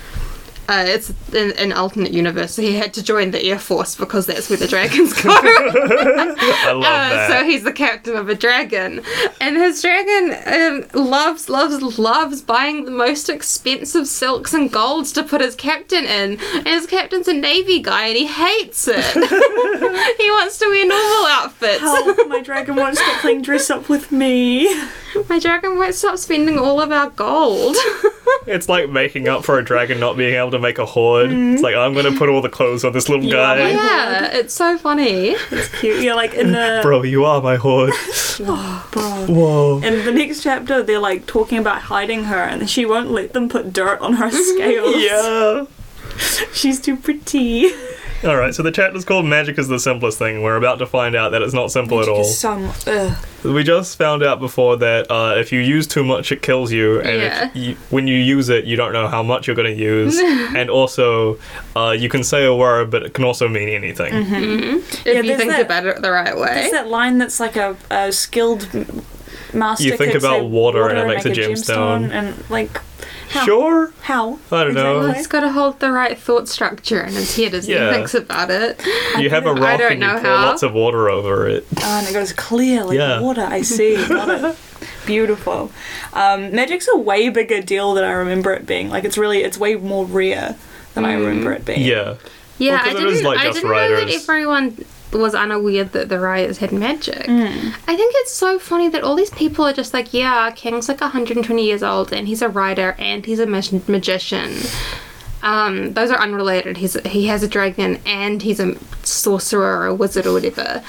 Speaker 3: Uh, it's an, an alternate universe. So he had to join the air force because that's where the dragons go.
Speaker 2: I love
Speaker 3: Uh,
Speaker 2: that.
Speaker 3: so he's the captain of a dragon, and his dragon um, loves, loves, loves buying the most expensive silks and golds to put his captain in. And his captain's a navy guy, and he hates it. he wants to wear normal outfits.
Speaker 1: Help, Oh, my dragon won't stop playing dress up with me.
Speaker 3: My dragon won't stop spending all of our gold.
Speaker 2: It's like making up for a dragon not being able to make a hoard.
Speaker 3: Mm-hmm.
Speaker 2: It's like I'm gonna put all the clothes on this little
Speaker 1: You are
Speaker 2: guy.
Speaker 1: my-
Speaker 3: yeah, it's so funny.
Speaker 1: It's cute. Yeah, like in the
Speaker 2: Bro, you are my hoard.
Speaker 1: Bro.
Speaker 2: Whoa.
Speaker 1: In the next chapter, they're like talking about hiding her, and she won't let them put dirt on her scales.
Speaker 2: Yeah.
Speaker 1: she's too pretty.
Speaker 2: All right. So the chapter's called "Magic is the simplest thing." We're about to find out that it's not simple at all.
Speaker 1: Some. Ugh.
Speaker 2: We just found out before that uh, if you use too much, it kills you, and
Speaker 3: Yeah.
Speaker 2: if you, when you use it, you don't know how much you're going to use, and also uh, you can say a word, but it can also mean anything.
Speaker 3: Mm-hmm. If
Speaker 1: Yeah,
Speaker 3: you
Speaker 1: there's
Speaker 3: think
Speaker 1: that-
Speaker 3: about it the right way.
Speaker 1: It's that line that's like a, a skilled m- master.
Speaker 2: You think
Speaker 1: could
Speaker 2: about
Speaker 1: say
Speaker 2: water and it makes
Speaker 1: make
Speaker 2: a gemstone.
Speaker 1: and like how?
Speaker 2: Sure.
Speaker 1: How?
Speaker 2: I don't know.
Speaker 1: Exactly.
Speaker 3: He's got to hold the right thought structure in his head as
Speaker 2: Yeah.
Speaker 3: he thinks about it.
Speaker 2: You have a
Speaker 3: don't- I
Speaker 2: rock
Speaker 3: don't
Speaker 2: and you
Speaker 3: know
Speaker 2: pour
Speaker 3: how.
Speaker 2: lots of water over it.
Speaker 1: Oh, and it goes clear like
Speaker 2: Yeah.
Speaker 1: water. I see. Got it. Beautiful. Um, magic's a way bigger deal than I remember it being. Like it's really, it's way more rare than I remember it being.
Speaker 2: Mm. Yeah.
Speaker 3: Yeah,
Speaker 2: Well, 'cause
Speaker 3: I
Speaker 2: it is
Speaker 3: didn't.
Speaker 2: like
Speaker 3: I
Speaker 2: Just
Speaker 3: didn't know that
Speaker 2: Riders.
Speaker 3: everyone was unaware that the riots had magic.
Speaker 1: Mm.
Speaker 3: I think it's so funny that all these people are just like, yeah, King's like 120 years old, and he's a rider, and he's a mag- magician. Um, those are unrelated. He's he has a dragon, and he's a sorcerer or a wizard or whatever.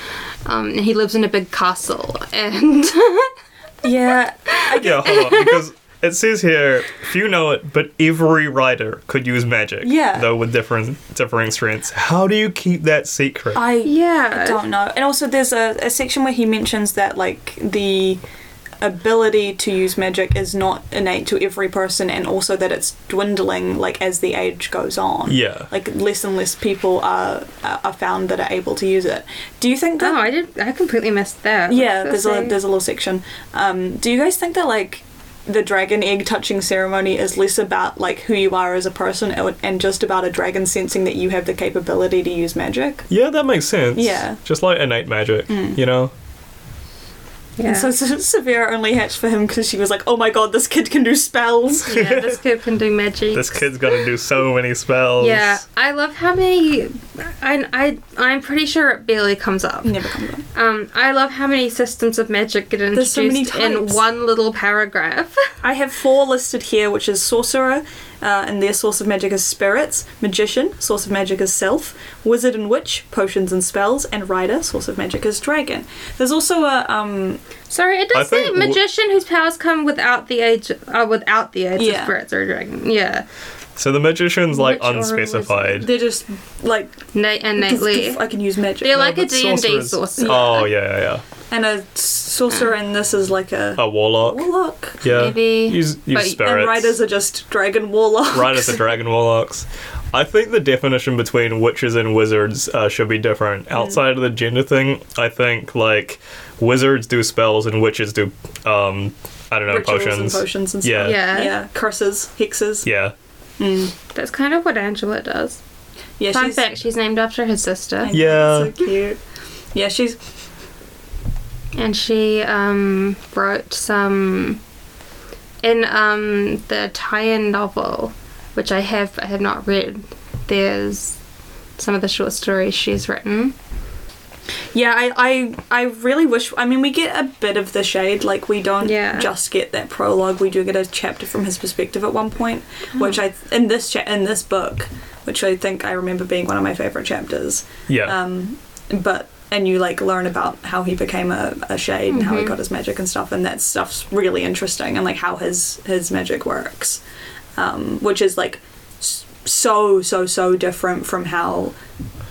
Speaker 3: Um, and he lives in a big castle, and
Speaker 1: Yeah.
Speaker 2: Yeah, hold on, because it says here, few know it, but every rider could use magic.
Speaker 1: Yeah.
Speaker 2: Though with different differing strengths. How do you keep that secret?
Speaker 1: I
Speaker 3: yeah,
Speaker 1: don't know. And also, there's a, a section where he mentions that like the ability to use magic is not innate to every person, and also that it's dwindling like as the age goes on.
Speaker 2: Yeah.
Speaker 1: Like less and less people are are found that are able to use it. Do you think that?
Speaker 3: Oh, I did. I completely missed that.
Speaker 1: yeah,
Speaker 3: What's
Speaker 1: there's
Speaker 3: that
Speaker 1: a
Speaker 3: say?
Speaker 1: there's a little section. Um, do you guys think that like the dragon egg touching ceremony is less about like who you are as a person and and just about a dragon sensing that you have the capability to use magic?
Speaker 2: yeah, that makes sense.
Speaker 1: Yeah.
Speaker 2: Just like innate magic,
Speaker 3: Mm.
Speaker 2: you know?
Speaker 3: Yeah.
Speaker 1: And so, so Severa only hatched for him because she was like, oh my god, this kid can do spells.
Speaker 3: yeah, this kid can do magic.
Speaker 2: This kid's gonna do so many spells.
Speaker 3: Yeah, I love how many. I, I I'm pretty sure it barely comes up.
Speaker 1: Never comes up.
Speaker 3: Um, I love how many systems of magic get
Speaker 1: There's
Speaker 3: introduced
Speaker 1: so many
Speaker 3: in
Speaker 1: types.
Speaker 3: one little paragraph.
Speaker 1: I have four listed here, which is sorcerer, uh, and their source of magic is spirits, magician, source of magic is self, wizard and witch, potions and spells, and rider, source of magic is dragon. There's also a um,
Speaker 3: Sorry, it
Speaker 2: I
Speaker 3: does say
Speaker 2: think w-
Speaker 3: magician whose powers come without the age uh, without the age
Speaker 1: Yeah.
Speaker 3: of spirits or dragon. Yeah,
Speaker 2: So the magician's like
Speaker 3: Witch or
Speaker 2: unspecified.
Speaker 1: they're just like
Speaker 3: Nate and Nately.
Speaker 1: I can use magic,
Speaker 3: They're like a
Speaker 2: But
Speaker 3: D and D
Speaker 2: sorcerers-
Speaker 3: sorcerer.
Speaker 2: Oh yeah, yeah, yeah.
Speaker 1: and a sorcerer, and this is like a
Speaker 2: A warlock.
Speaker 1: warlock,
Speaker 2: Yeah.
Speaker 3: Maybe.
Speaker 2: Use, use
Speaker 3: But- and
Speaker 2: spirits.
Speaker 1: and riders are just dragon warlocks.
Speaker 2: Riders are dragon warlocks. I think the definition between witches and wizards uh, should be different.
Speaker 3: Hmm.
Speaker 2: Outside of the gender thing, I think like wizards do spells and witches do, um, I don't know,
Speaker 1: Rituals
Speaker 2: potions.
Speaker 1: and potions and
Speaker 2: Yeah.
Speaker 1: stuff.
Speaker 3: Yeah.
Speaker 1: yeah, curses, hexes. Mm.
Speaker 2: Yeah,
Speaker 3: That's kind of what Angela does.
Speaker 1: Yeah,
Speaker 3: Fun
Speaker 1: she's,
Speaker 3: fact: she's named after her sister.
Speaker 1: I know,
Speaker 2: Yeah.
Speaker 1: it's so cute. Yeah, she's
Speaker 3: and she um, wrote some in um, the tie-in novel, which I have I have not read. There's some of the short stories she's written.
Speaker 1: Yeah, I, I, I really wish. I mean, we get a bit of the shade. Like, we don't
Speaker 3: Yeah.
Speaker 1: just get that prologue. We do get a chapter from his perspective at one point,
Speaker 3: Hmm.
Speaker 1: which I in this cha- in this book, which I think I remember being one of my favorite chapters.
Speaker 2: Yeah.
Speaker 3: Uh,
Speaker 1: Um, but and you like learn about how he became a, a shade and
Speaker 3: Mm-hmm.
Speaker 1: how he got his magic and stuff, and that stuff's really interesting and like how his his magic works, um, which is like s- so so so different from how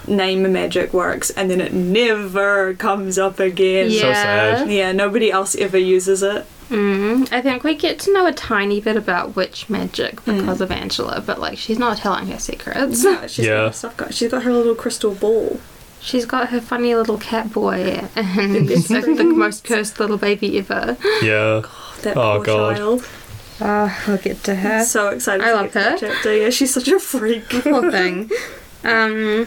Speaker 1: name magic works, and then it never comes up again.
Speaker 2: Yeah. sad.
Speaker 1: Yeah, nobody else ever uses it.
Speaker 3: Mm, I think we get to know a tiny bit about witch magic because of Angela, but like she's not telling her secrets.
Speaker 1: She's
Speaker 2: Yeah.
Speaker 1: got stuff going. She's got her little crystal ball.
Speaker 3: She's got her funny little cat boy and it's like the most cursed little baby ever.
Speaker 2: yeah.
Speaker 1: That
Speaker 2: Oh,
Speaker 1: poor
Speaker 2: God.
Speaker 1: child.
Speaker 3: Ah, we'll get to her.
Speaker 1: So excited.
Speaker 3: I
Speaker 1: to get
Speaker 3: love
Speaker 1: to that
Speaker 3: her.
Speaker 1: Chapter. Yeah, she's such a freak.
Speaker 3: Poor thing. Um,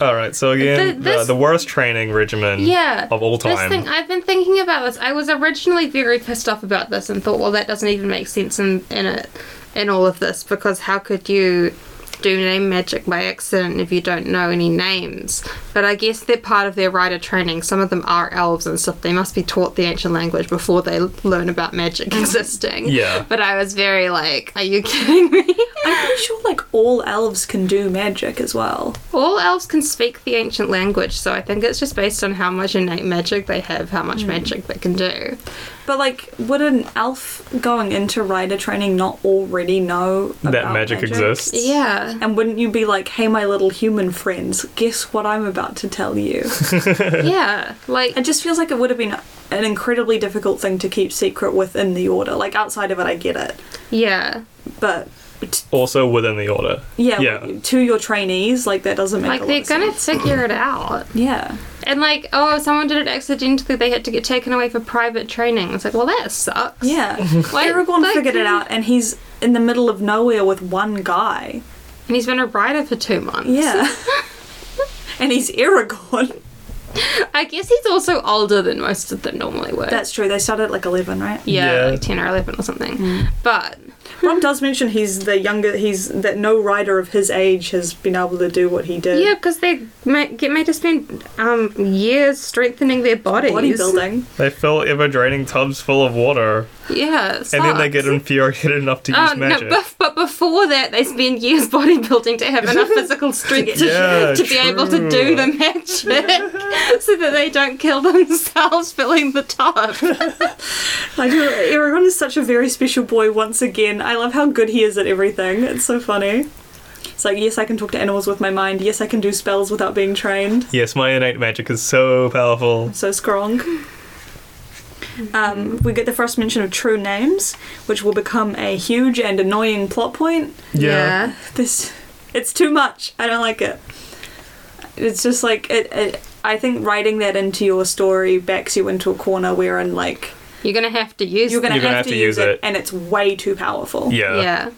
Speaker 2: All right. So
Speaker 3: Th-
Speaker 2: again, uh,
Speaker 3: this-
Speaker 2: the, the worst training regimen
Speaker 3: yeah.
Speaker 2: of all
Speaker 3: This
Speaker 2: time.
Speaker 3: thing, I've been thinking about this. I was originally very pissed off about this and thought, well, that doesn't even make sense in, in it, in all of this, because how could you do name magic by accident if you don't know any names? But I guess they're part of their rider training. Some of them are elves and stuff. They must be taught the ancient language before they learn about magic existing.
Speaker 2: Yeah.
Speaker 3: But I was very like, are you kidding me?
Speaker 1: I'm pretty sure like all elves can do magic as well.
Speaker 3: All elves can speak the ancient language, so I think it's just based on how much innate magic they have, how much magic they can do.
Speaker 1: But like, would an elf going into rider training not already know
Speaker 2: that
Speaker 1: about
Speaker 2: magic, exists.
Speaker 3: Yeah.
Speaker 1: And wouldn't you be like, "Hey, my little human friends, guess what I'm about to tell you"?
Speaker 3: yeah, like
Speaker 1: it just feels like it would have been an incredibly difficult thing to keep secret within the order. Like outside of it, I get it,
Speaker 3: yeah,
Speaker 1: but t-
Speaker 2: Also within the order.
Speaker 1: yeah,
Speaker 2: Yeah.
Speaker 1: to your trainees, like that doesn't make
Speaker 3: like
Speaker 1: a lot
Speaker 3: they're
Speaker 1: of
Speaker 3: gonna
Speaker 1: sense.
Speaker 3: figure it out.
Speaker 1: Yeah,
Speaker 3: And like, oh, someone did it accidentally. They had to get taken away for private training. It's like, well, that sucks.
Speaker 1: yeah.
Speaker 3: Like,
Speaker 1: Aragorn
Speaker 3: like-
Speaker 1: figured it out, and he's in the middle of nowhere with one guy.
Speaker 3: And he's been a writer for two months.
Speaker 1: Yeah. and he's Aragorn.
Speaker 3: I guess he's also older than most of them normally were.
Speaker 1: That's true. They started at like 11, right?
Speaker 2: Yeah.
Speaker 3: yeah, like ten or eleven or something.
Speaker 1: Mm.
Speaker 3: But
Speaker 1: Ron does mention he's the younger, he's that no rider of his age has been able to do what he did.
Speaker 3: yeah, because they ma- get made to spend um, years strengthening their bodies.
Speaker 1: Bodybuilding.
Speaker 2: They fill ever draining tubs full of water,
Speaker 3: Yeah, it
Speaker 2: and then they
Speaker 3: sucks.
Speaker 2: get infuriated enough to use
Speaker 3: Oh,
Speaker 2: magic.
Speaker 3: No, bef- but before that, they spend years bodybuilding to have enough physical strength to,
Speaker 2: Yeah,
Speaker 3: to be able to
Speaker 2: true.
Speaker 3: do the magic so that they don't kill themselves filling the tub.
Speaker 1: I do. Aragorn is such a very special boy once again. I love how good he is at everything. It's so funny. It's like, yes, I can talk to animals with my mind. Yes, I can do spells without being trained.
Speaker 2: Yes, my innate magic is so powerful.
Speaker 1: So strong. Um, we get the first mention of true names, which will become a huge and annoying plot point.
Speaker 2: Yeah.
Speaker 1: this it's too much i don't like it it's just like it, it i think writing that into your story backs you into a corner wherein like
Speaker 3: You're going to have to use
Speaker 1: you're gonna,
Speaker 2: You're
Speaker 1: have, to,
Speaker 2: gonna
Speaker 1: use it,
Speaker 2: it.
Speaker 1: and it's way too powerful
Speaker 2: Yeah.
Speaker 3: Yeah.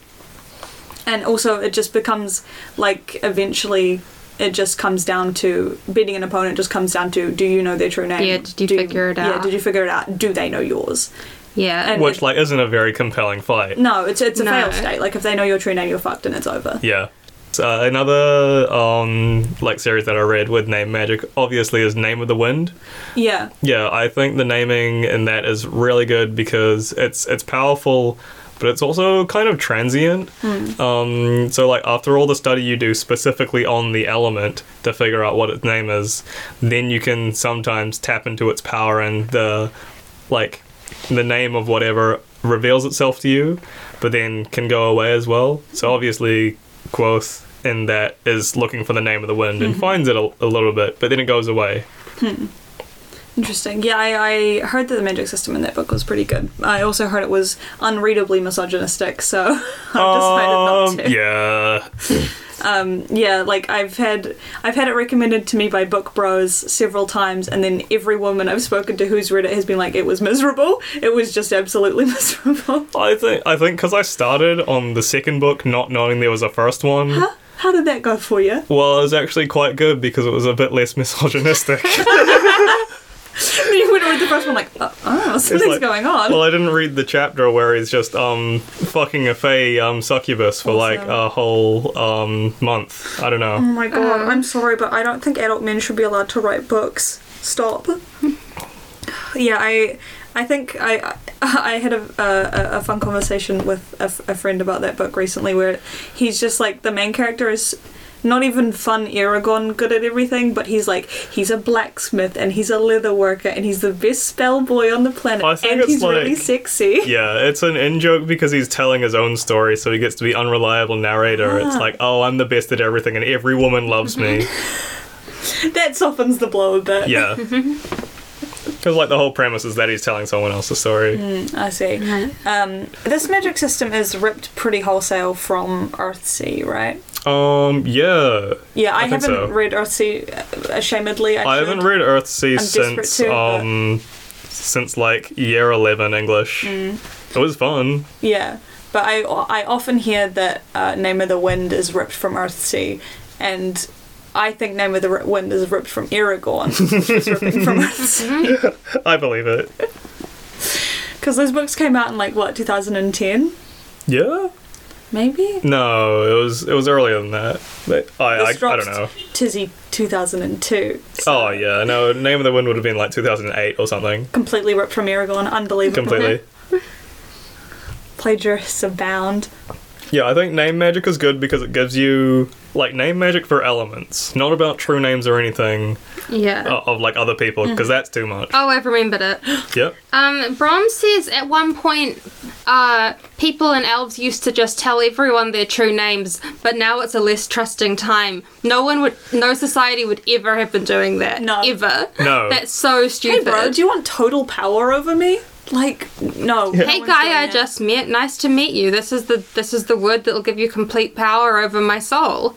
Speaker 1: and also it just becomes like eventually it just comes down to beating an opponent just comes down to do you know their true name
Speaker 3: Yeah, did you figure it
Speaker 1: yeah
Speaker 3: out?
Speaker 1: did you figure it out do they know yours
Speaker 3: Yeah.
Speaker 1: And-
Speaker 2: Which like isn't a very compelling fight.
Speaker 1: no it's it's a
Speaker 3: No.
Speaker 1: fail state like if they know your true name you're fucked and it's over
Speaker 2: Yeah. So, uh, another um like series that I read with name magic obviously is Name of the Wind.
Speaker 1: yeah
Speaker 2: Yeah, I think the naming in that is really good because it's it's powerful, but it's also kind of transient. Um, so like after all the study you do specifically on the element to figure out what its name is, then you can sometimes tap into its power and the like the name of whatever reveals itself to you, but then can go away as well. So obviously, Quoth in that is looking for the name of the wind and finds it a, a little bit, but then it goes away.
Speaker 1: Interesting. Yeah, I, I heard that the magic system in that book was pretty good. I also heard it was unreadably misogynistic, so I
Speaker 2: Um,
Speaker 1: decided not to.
Speaker 2: Yeah.
Speaker 1: Um, yeah, like I've had I've had it recommended to me by book bros several times, and then every woman I've spoken to who's read it has been like, "It was miserable. It was just absolutely miserable."
Speaker 2: I think I think because I started on the second book not knowing there was a first one.
Speaker 1: How did that go for you?
Speaker 2: Well, it was actually quite good because it was a bit less misogynistic.
Speaker 1: you would read the first one like, oh, oh something's
Speaker 2: like-
Speaker 1: going on.
Speaker 2: Well, I didn't read the chapter where he's just um fucking a fey um succubus for like
Speaker 1: Awesome.
Speaker 2: a whole um month. I don't
Speaker 1: oh
Speaker 2: know.
Speaker 1: my god, I'm sorry, but I don't think adult men should be allowed to write books. Stop. yeah, I, I think I, I had a a, a fun conversation with a, f- a friend about that book recently, where he's just like the main character is. Not even fun Aragon good at everything, but he's like he's a blacksmith and he's a leather worker and he's the best spell boy on the planet
Speaker 2: I think
Speaker 1: and
Speaker 2: it's
Speaker 1: he's really
Speaker 2: like-
Speaker 1: sexy.
Speaker 2: Yeah, it's an in joke because he's telling his own story, so he gets to be unreliable narrator. It's
Speaker 1: Ah.
Speaker 2: like, oh, I'm the best at everything, and every woman loves me.
Speaker 1: That softens the blow a bit.
Speaker 2: yeah, because like the whole premise is that he's telling someone else's story.
Speaker 1: I see. Um, this magic system is ripped pretty wholesale from Earthsea, right?
Speaker 2: Um, yeah,
Speaker 1: Yeah, I,
Speaker 2: I think
Speaker 1: haven't
Speaker 2: so.
Speaker 1: read Earthsea, uh, ashamedly. I,
Speaker 2: I
Speaker 1: should.
Speaker 2: haven't read Earthsea
Speaker 1: desperate
Speaker 2: since
Speaker 1: to, but-
Speaker 2: um since like year eleven English. It was fun.
Speaker 1: Yeah, but I, I often hear that uh, Name of the Wind is ripped from Earthsea, and I think Name of the Ri- Wind is ripped from Aragorn, which is ripping from Earthsea.
Speaker 2: I believe it.
Speaker 1: Because those books came out in, like, what, 2010?
Speaker 2: Yeah.
Speaker 1: Maybe?
Speaker 2: No, it was it was earlier than that. But I I, I
Speaker 1: This
Speaker 2: don't
Speaker 1: dropped
Speaker 2: know.
Speaker 1: Tizzy 2002. so
Speaker 2: Oh yeah, no. Name of the Wind would have been like 2008 or something.
Speaker 1: Completely ripped from Aragorn, unbelievable.
Speaker 2: Completely.
Speaker 1: Plagiarists abound.
Speaker 2: Yeah, I think name magic is good because it gives you like name magic for elements, not about true names or anything
Speaker 3: Yeah.
Speaker 2: uh, of like other people because that's too much.
Speaker 3: Oh, I've remembered it.
Speaker 2: Yep.
Speaker 3: Um, Brom says at one point, uh, people and elves used to just tell everyone their true names, but now it's a less trusting time. No one would, no society would ever have been doing that.
Speaker 1: No.
Speaker 3: Ever.
Speaker 2: No.
Speaker 3: That's so
Speaker 1: Hey,
Speaker 3: stupid.
Speaker 1: bro, do you want total power over me? Like, no. no
Speaker 3: Hey
Speaker 1: one's doing
Speaker 3: guy, I
Speaker 1: that.
Speaker 3: just met. Nice to meet you. This is the this is the word that'll give you complete power over my soul.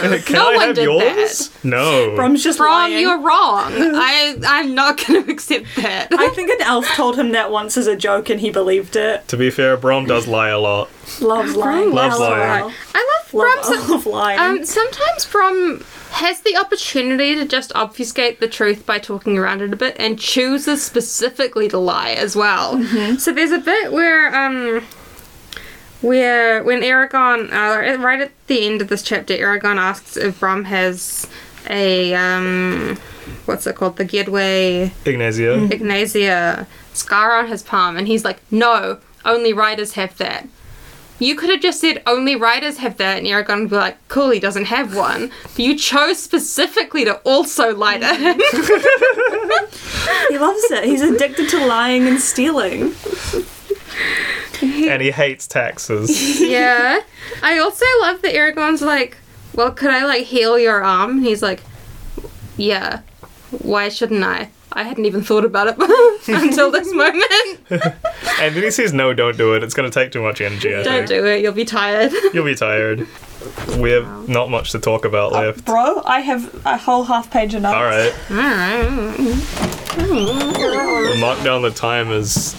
Speaker 2: Can
Speaker 3: no
Speaker 2: I
Speaker 3: one
Speaker 2: have
Speaker 3: did
Speaker 2: yours?
Speaker 3: that.
Speaker 2: No.
Speaker 1: Brom's just
Speaker 3: Brom,
Speaker 1: lying.
Speaker 3: you're wrong. I I'm not going to accept that.
Speaker 1: I think an elf told him that once as a joke and he believed it.
Speaker 2: to be fair, Brom does lie a lot.
Speaker 1: Loves lying.
Speaker 2: Loves
Speaker 1: Loves
Speaker 2: lying.
Speaker 1: lying.
Speaker 3: I love Brom's.
Speaker 1: Love elf lying.
Speaker 3: Um, sometimes Brom has the opportunity to just obfuscate the truth by talking around it a bit and chooses specifically to lie as well. So there's a bit where, um, where when Aragon, uh, right at the end of this chapter, Aragon asks if Brom has a, um, what's it called? The Gedway
Speaker 2: Ignazia.
Speaker 3: Mm-hmm. Ignacia scar on his palm, and he's like, no, only riders have that. You could have just said only riders have that, and Aragon would be like, cool, he doesn't have one. But you chose specifically to also lie to him.
Speaker 1: he loves it. He's addicted to lying and stealing.
Speaker 2: and he hates taxes.
Speaker 3: yeah. I also love that Aragon's like, well, could I like heal your arm? And he's like, yeah, why shouldn't I? I hadn't even thought about it until this moment.
Speaker 2: and then he says, "No, don't do it. It's going to take too much energy. I
Speaker 3: Don't
Speaker 2: think.
Speaker 3: do it, you'll be tired.
Speaker 2: You'll be tired. We have not much to talk about
Speaker 3: Uh,
Speaker 2: left.
Speaker 1: Bro, I have a whole half page of notes.
Speaker 2: All right. We'll mark down the time as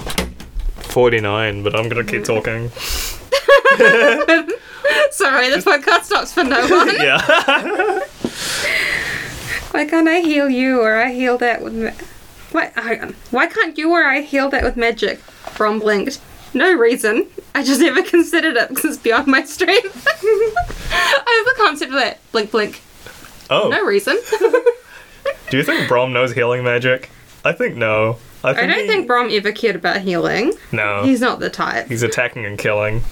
Speaker 2: 49, but I'm going to keep talking.
Speaker 3: Sorry, this podcast stops for no one.
Speaker 2: Yeah.
Speaker 3: Why can't I heal you or I heal that with ma- why, hang on. why can't you or I heal that with magic? Brom blinked. No reason. I just never considered it because it's beyond my strength. I have a concept of that. Blink, blink.
Speaker 2: Oh,
Speaker 3: No reason.
Speaker 2: do you think Brom knows healing magic? I think no. I
Speaker 3: I
Speaker 2: think,
Speaker 3: don't think Brom ever cared about healing.
Speaker 2: no. He's,
Speaker 3: He's not the type.
Speaker 2: attacking and killing.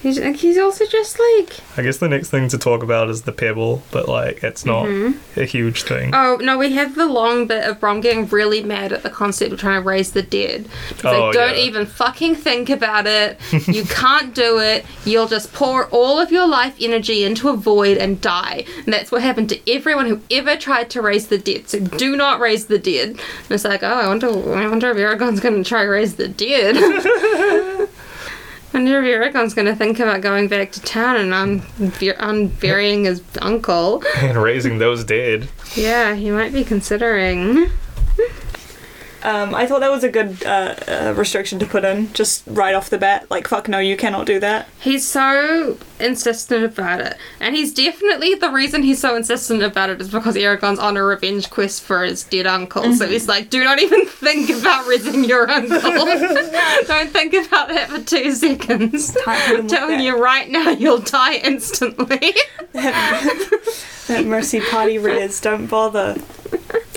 Speaker 3: He's, like, he's also just like,
Speaker 2: I guess the next thing to talk about is the pebble, but like it's not
Speaker 1: Mm-hmm.
Speaker 2: a huge thing.
Speaker 3: oh no, we have the long bit of Brom getting really mad at the concept of trying to raise the dead. He's
Speaker 2: Oh,
Speaker 3: like, don't
Speaker 2: yeah.
Speaker 3: even fucking think about it. You can't do it. You'll just pour all of your life energy into a void and die. And that's what happened to everyone who ever tried to raise the dead. So do not raise the dead. And it's like, oh, I wonder, I wonder if Aragon's going to try to raise the dead. I wonder if Aragon's going to think about going back to town and un- unburying his uncle.
Speaker 2: And raising those dead.
Speaker 3: Yeah, he might be considering.
Speaker 1: Um, I thought that was a good uh, uh, restriction to put in, just right off the bat. Like, fuck no, you cannot do that.
Speaker 3: He's so insistent about it. And he's definitely the reason he's so insistent about it is because Aragon's on a revenge quest for his dead uncle. So he's like, do not even think about rezzing your uncle. Don't think about that for two seconds.
Speaker 1: Can't even
Speaker 3: I'm
Speaker 1: look
Speaker 3: telling
Speaker 1: back.
Speaker 3: you right now, you'll die instantly.
Speaker 1: That mercy party rears, don't bother.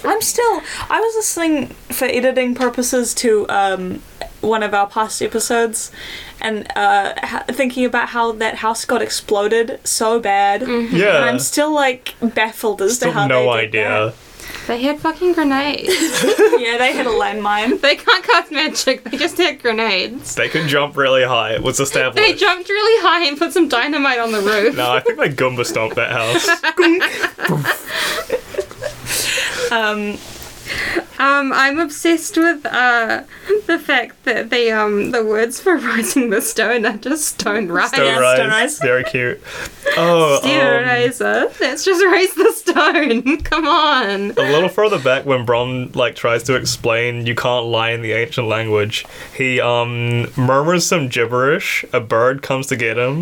Speaker 1: I'm still. I was listening for editing purposes to um, one of our past episodes, and uh, ha- thinking about how that house got exploded so bad.
Speaker 2: Yeah.
Speaker 1: And I'm still like baffled as to
Speaker 2: Still
Speaker 1: how.
Speaker 2: no
Speaker 1: they did
Speaker 2: idea.
Speaker 3: they had fucking grenades.
Speaker 1: that. Yeah, they hit a landmine.
Speaker 3: They can't cast magic, they just had grenades.
Speaker 2: They could jump really high. It was
Speaker 3: They
Speaker 2: established.
Speaker 3: jumped really high and put some dynamite on the roof.
Speaker 2: no, I think they Goomba stomped that house.
Speaker 1: Um,
Speaker 3: Um, I'm obsessed with uh, the fact that the um, the words for rising the stone are just stone rise.
Speaker 2: Stone
Speaker 1: Yeah,
Speaker 2: Rise.
Speaker 1: Stone Rise.
Speaker 2: Very cute. Oh,
Speaker 3: Stone
Speaker 2: um,
Speaker 3: riser. Let's just raise the stone. Come on.
Speaker 2: a little further back when Brom like tries to explain you can't lie in the ancient language, he um murmurs some gibberish, a bird comes to get him.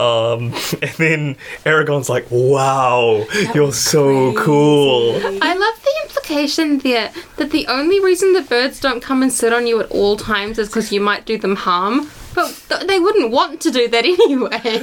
Speaker 2: um and then Aragon's like, Wow, you're so cool.
Speaker 3: I love the implication there that the only reason the birds don't come and sit on you at all times is because you might do them harm. But th- they wouldn't want to do that anyway.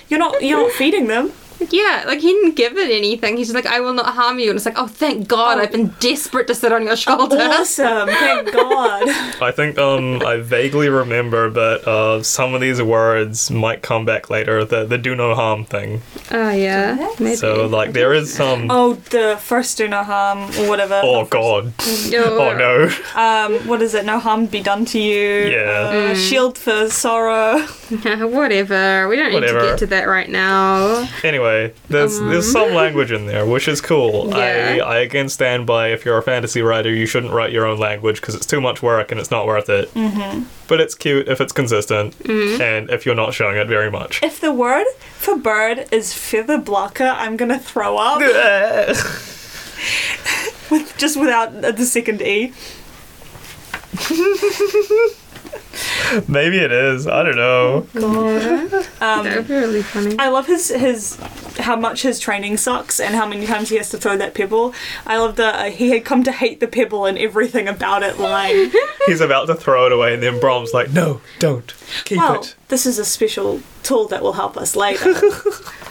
Speaker 1: you're not. You're not feeding them.
Speaker 3: yeah, like he didn't give it anything. He's just like, I will not harm you. And it's like, oh, thank God, I've been desperate to sit on your shoulder.
Speaker 1: Awesome. Thank God.
Speaker 2: I think um I vaguely remember but uh some of these words might come back later, the the do no harm thing.
Speaker 3: Oh yeah, maybe.
Speaker 2: So like there is some
Speaker 1: Oh, the first do no harm or whatever.
Speaker 2: Oh
Speaker 1: The first-
Speaker 2: god.
Speaker 3: Yo,
Speaker 2: Oh no.
Speaker 1: um, what is it? No harm be done to you.
Speaker 2: Yeah.
Speaker 1: Uh, Shield for sorrow.
Speaker 3: Whatever. We don't need
Speaker 2: Whatever.
Speaker 3: to get to that right now.
Speaker 2: Anyway, there's there's some language in there, which is cool. I,
Speaker 3: Um. Yeah.
Speaker 2: I again stand by if you're a fantasy writer, you shouldn't write your own language because it's too much work and it's not worth it. Mm-hmm. But it's cute if it's consistent
Speaker 3: Mm-hmm.
Speaker 2: and if you're not showing it very much.
Speaker 1: If the word for bird is feather blocker, I'm gonna throw up with just without the second e.
Speaker 2: Maybe it is. I don't know.
Speaker 3: that would be really funny.
Speaker 1: I love his his how much his training sucks and how many times he has to throw that pebble. I love the uh, he had come to hate the pebble and everything about it line.
Speaker 2: He's about to throw it away, and then Brom's like, "No, don't keep
Speaker 1: well,
Speaker 2: it."
Speaker 1: this is a special tool that will help us later.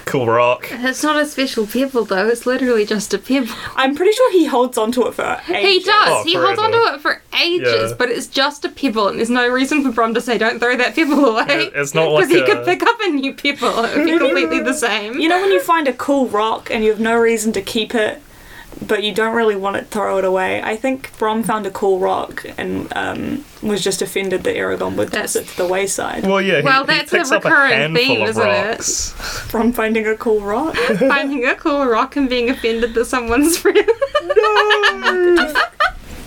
Speaker 2: Cool rock.
Speaker 3: It's not a special pebble though. It's literally just a pebble.
Speaker 1: I'm pretty sure he holds onto it for ages.
Speaker 3: He does.
Speaker 2: Oh,
Speaker 3: he holds
Speaker 2: forever.
Speaker 3: onto it for ages,
Speaker 2: Yeah.
Speaker 3: but it's just a pebble, and there's no reason for Brom to say, "Don't throw that pebble away."
Speaker 2: It- it's not like
Speaker 3: because he
Speaker 2: a-
Speaker 3: could pick up a new pebble. It would be completely the same.
Speaker 1: You know when you find a cool rock and you have no reason to keep it, but you don't really want to throw it away? I think Brom found a cool rock and um, was just offended that Aragon would toss
Speaker 3: That's-
Speaker 1: it to the wayside.
Speaker 2: Well, yeah. he-
Speaker 3: Well,
Speaker 2: he
Speaker 3: that's a
Speaker 2: picks up
Speaker 3: recurring
Speaker 2: handful
Speaker 3: theme,
Speaker 2: of
Speaker 3: isn't it?
Speaker 2: rocks.
Speaker 1: Brom finding a cool rock.
Speaker 3: Finding a cool rock and being offended that someone's friend.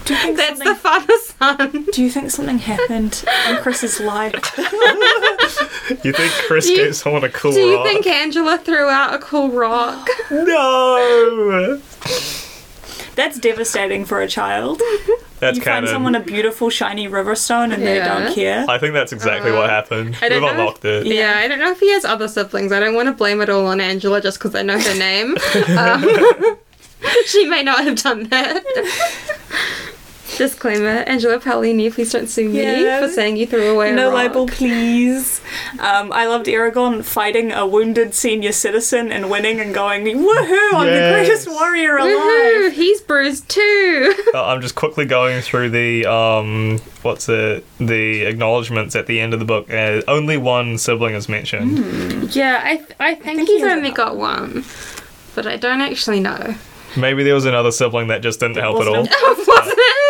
Speaker 1: Do you think
Speaker 3: That's the
Speaker 1: something,
Speaker 3: father son.
Speaker 1: do you think something happened in Chris's life?
Speaker 2: You think Chris
Speaker 3: Do you-
Speaker 2: gave someone a cool
Speaker 3: Do you
Speaker 2: rock?
Speaker 3: think Angela threw out a cool rock?
Speaker 2: no.
Speaker 1: That's devastating for a child.
Speaker 2: That's
Speaker 1: You
Speaker 2: kind
Speaker 1: find
Speaker 2: of.
Speaker 1: someone a beautiful shiny river stone and they
Speaker 3: Yeah.
Speaker 1: don't care.
Speaker 2: I think that's exactly what happened.
Speaker 3: Uh-huh. I
Speaker 2: We've
Speaker 3: don't know if-
Speaker 2: unlocked it.
Speaker 3: Yeah,
Speaker 1: Yeah.
Speaker 3: I don't know if he has other siblings. I don't want to blame it all on Angela just because I know her name. um, she may not have done that. Disclaimer Angela Paolini, please don't sue me
Speaker 1: Yeah.
Speaker 3: for saying you threw away a
Speaker 1: No
Speaker 3: rock.
Speaker 1: libel, please. Um, I loved Aragorn fighting a wounded senior citizen and winning and going, woohoo, I'm the
Speaker 2: Yes.
Speaker 1: greatest warrior
Speaker 3: Woohoo,
Speaker 1: alive.
Speaker 3: he's bruised too.
Speaker 2: Uh, I'm just quickly going through the um, what's it? The acknowledgements at the end of the book. Uh, only one sibling is mentioned.
Speaker 3: Hmm. yeah, I, th- I, think
Speaker 1: think he
Speaker 3: he's
Speaker 1: has
Speaker 3: only
Speaker 1: another
Speaker 3: got one, but I don't actually know.
Speaker 2: Maybe there was another sibling that just didn't help at all.
Speaker 1: wasn't
Speaker 3: Was it?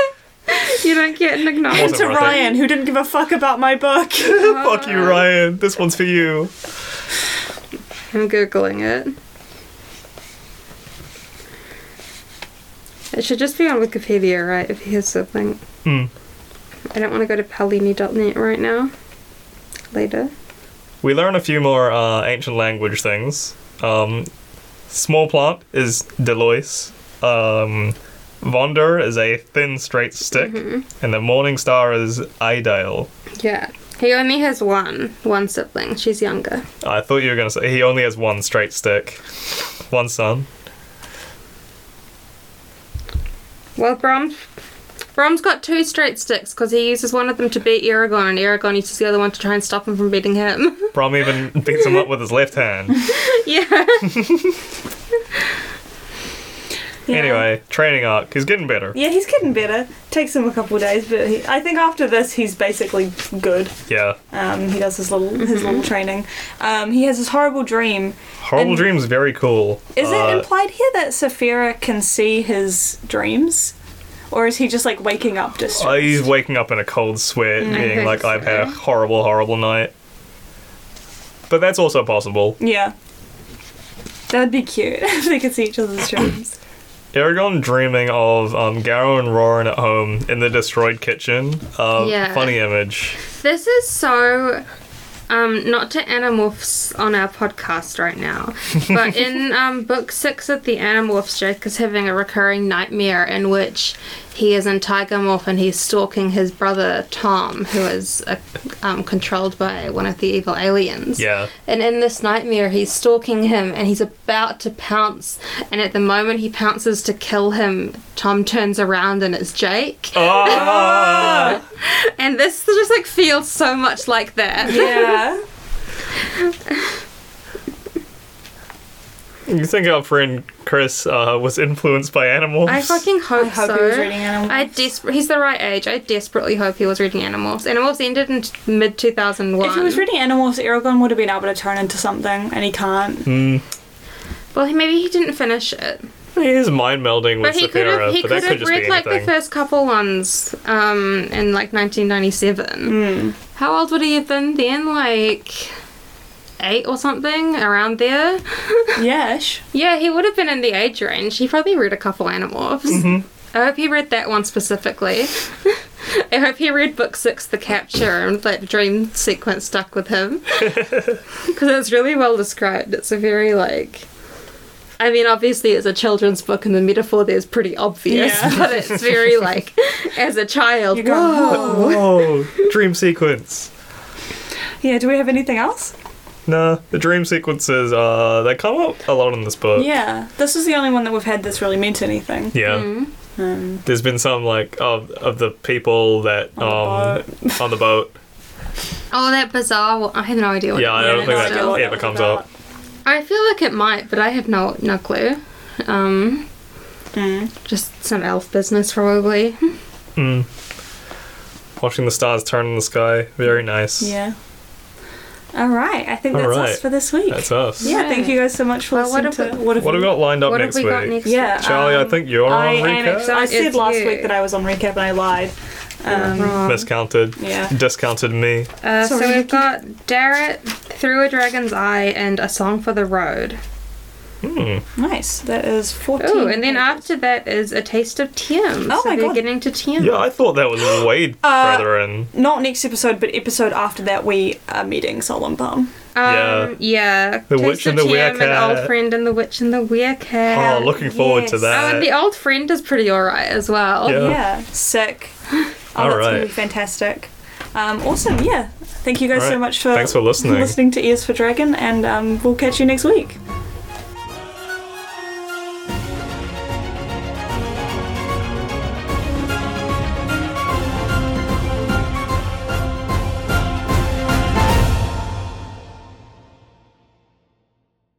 Speaker 3: You don't get an
Speaker 1: And
Speaker 3: acknowledgement.
Speaker 1: to
Speaker 2: Wasn't worth it.
Speaker 1: Ryan, who didn't give a fuck about my book.
Speaker 2: Fuck you, Ryan. This one's for you.
Speaker 3: I'm googling it. It should just be on Wikipedia, right? If he has something.
Speaker 2: Hmm.
Speaker 3: I don't want to go to palini.net right now. Later.
Speaker 2: We learn a few more uh, ancient language things. Um, small plant is Delois. Um, Vonder is a thin, straight stick,
Speaker 3: Mm-hmm.
Speaker 2: and the Morning Star is Idale.
Speaker 3: Yeah. He only has one, one sibling. She's younger.
Speaker 2: I thought you were going to say he only has one straight stick, one son.
Speaker 3: Well, Brom, Brom's got two straight sticks because he uses one of them to beat Aragorn, and Aragorn uses the other one to try and stop him from beating him.
Speaker 2: Brom even beats him up with his left hand.
Speaker 3: yeah.
Speaker 1: Yeah.
Speaker 2: Anyway, training arc. He's getting better.
Speaker 1: Yeah, he's getting better. Takes him a couple of days, but he, I think after this he's basically good.
Speaker 2: Yeah.
Speaker 1: Um, he does his little his little training. Um, he has this horrible dream.
Speaker 2: Horrible
Speaker 1: And-
Speaker 2: Dream's very cool.
Speaker 1: Is
Speaker 2: Uh,
Speaker 1: it implied here that Saphira can see his dreams, or is he just like waking up distraught?
Speaker 2: Oh, he's waking up in a cold sweat,
Speaker 1: Mm.
Speaker 2: being
Speaker 3: think
Speaker 2: like,
Speaker 3: so.
Speaker 2: I've had a horrible, horrible night. But that's also possible.
Speaker 1: Yeah. That would be cute if they could see each other's dreams.
Speaker 2: Aragon dreaming of um, Garrow and Roran at home in the destroyed kitchen. Uh,
Speaker 3: Yeah.
Speaker 2: Funny image.
Speaker 3: This is so. Um, not to Animorphs on our podcast right now, but in um, book six of the Animorphs, Jake is having a recurring nightmare in which he is in Tiger Morph and he's stalking his brother Tom, who is uh, um, controlled by one of the evil aliens.
Speaker 2: Yeah.
Speaker 3: And in this nightmare, he's stalking him and he's about to pounce. And at the moment he pounces to kill him, Tom turns around and it's Jake.
Speaker 2: Oh. Ah!
Speaker 3: And this just like feels so much like that.
Speaker 1: yeah.
Speaker 2: you think our friend Chris uh, was influenced by animals?
Speaker 3: I fucking hope,
Speaker 1: I hope
Speaker 3: so.
Speaker 1: he was reading Animorphs.
Speaker 3: I desper- he's the right age. I desperately hope he was reading Animorphs. Animorphs ended in mid 2001.
Speaker 1: If he was reading Animals, Aragorn would have been able to turn into something, and he can't.
Speaker 2: Hmm.
Speaker 3: well, he- maybe he didn't finish it.
Speaker 2: He's mind melding
Speaker 3: But
Speaker 2: with
Speaker 3: he could have
Speaker 2: Saphira,
Speaker 3: he
Speaker 2: but that could
Speaker 3: could have
Speaker 2: just be
Speaker 3: read like the
Speaker 2: anything.
Speaker 3: first couple ones um, in like 1997.
Speaker 1: Hmm.
Speaker 3: How old would he have been then? Like eight or something around there.
Speaker 1: Yes.
Speaker 3: Yeah, he would have been in the age range. He probably read a couple Animorphs.
Speaker 2: Mm-hmm.
Speaker 3: I hope he read that one specifically. I hope he read book six, The Capture, and that dream sequence stuck with him. Because it's really well described. It's a very, like. I mean, obviously, it's a children's book, and the metaphor there is pretty obvious,
Speaker 1: Yeah.
Speaker 3: but it's very, like, as a child.
Speaker 1: You're going,
Speaker 3: Whoa!
Speaker 2: Oh, dream sequence.
Speaker 1: Yeah. Do we have anything else?
Speaker 2: Nah, the dream sequences, uh, they come up a lot in this book.
Speaker 1: Yeah. This is the only one that we've had that's really meant anything.
Speaker 2: Yeah.
Speaker 3: Mm-hmm.
Speaker 1: Um,
Speaker 2: There's been some like of of the people that
Speaker 1: On
Speaker 2: um on the boat.
Speaker 3: Oh, that bizarre one. I have no idea what
Speaker 2: Yeah, I
Speaker 3: it
Speaker 2: don't
Speaker 3: is
Speaker 2: think
Speaker 1: no
Speaker 2: that
Speaker 1: idea what
Speaker 2: ever
Speaker 1: was
Speaker 2: comes
Speaker 1: about.
Speaker 2: up.
Speaker 3: I feel like it might, but I have no no clue. Um,
Speaker 1: Mm.
Speaker 3: just some elf business probably.
Speaker 2: Mm. Watching the stars turn in the sky, very nice.
Speaker 1: Yeah. All right. I think
Speaker 2: All
Speaker 1: that's
Speaker 2: right.
Speaker 1: us for this week.
Speaker 2: that's us.
Speaker 1: Yeah. Thank you guys so much for
Speaker 3: Well, what
Speaker 1: listening
Speaker 3: have
Speaker 1: to
Speaker 3: we-
Speaker 1: what have
Speaker 2: What have
Speaker 1: we
Speaker 2: we got lined up
Speaker 3: what have
Speaker 2: next
Speaker 3: we
Speaker 2: week?
Speaker 3: got next?
Speaker 1: Yeah. um,
Speaker 3: week?
Speaker 2: Charlie, I think you're
Speaker 1: I
Speaker 2: on
Speaker 1: am
Speaker 2: recap.
Speaker 1: excited. I said
Speaker 3: It's
Speaker 1: last
Speaker 3: you.
Speaker 1: week that I was on recap and I lied. Um,
Speaker 3: Um,
Speaker 2: Miscounted.
Speaker 1: Yeah.
Speaker 2: Discounted me.
Speaker 3: uh, so
Speaker 1: Sorry,
Speaker 3: we've
Speaker 1: Nikki.
Speaker 3: got Darrett through a dragon's eye and a song for the road.
Speaker 2: Hmm.
Speaker 1: nice. That is fourteen.
Speaker 3: Oh, and then
Speaker 1: pages.
Speaker 3: after that is a taste of Tim.
Speaker 1: Oh
Speaker 3: so
Speaker 1: my
Speaker 3: we're
Speaker 1: God.
Speaker 3: getting to Tim.
Speaker 2: Yeah, I thought that was way further in.
Speaker 1: not next episode, but episode after that, we are meeting Solemn Palm.
Speaker 2: Yeah.
Speaker 3: Um, yeah.
Speaker 2: The
Speaker 3: taste
Speaker 2: Witch
Speaker 3: of
Speaker 2: and the
Speaker 3: Tim, an
Speaker 2: Werecat.
Speaker 3: old friend and the witch and the
Speaker 2: Oh,
Speaker 3: weircat.
Speaker 2: looking forward to
Speaker 1: yes.
Speaker 3: Oh, and
Speaker 2: that.
Speaker 3: the old friend is pretty alright as well.
Speaker 2: Yeah.
Speaker 1: Yeah, sick. Oh,
Speaker 2: All
Speaker 1: that's gonna
Speaker 2: right.
Speaker 1: be fantastic. Um, awesome. Yeah. Thank you guys
Speaker 2: All
Speaker 1: so
Speaker 2: right.
Speaker 1: much for
Speaker 2: Thanks for listening.
Speaker 1: listening to Ears for Dragon, and um, we'll catch you next week.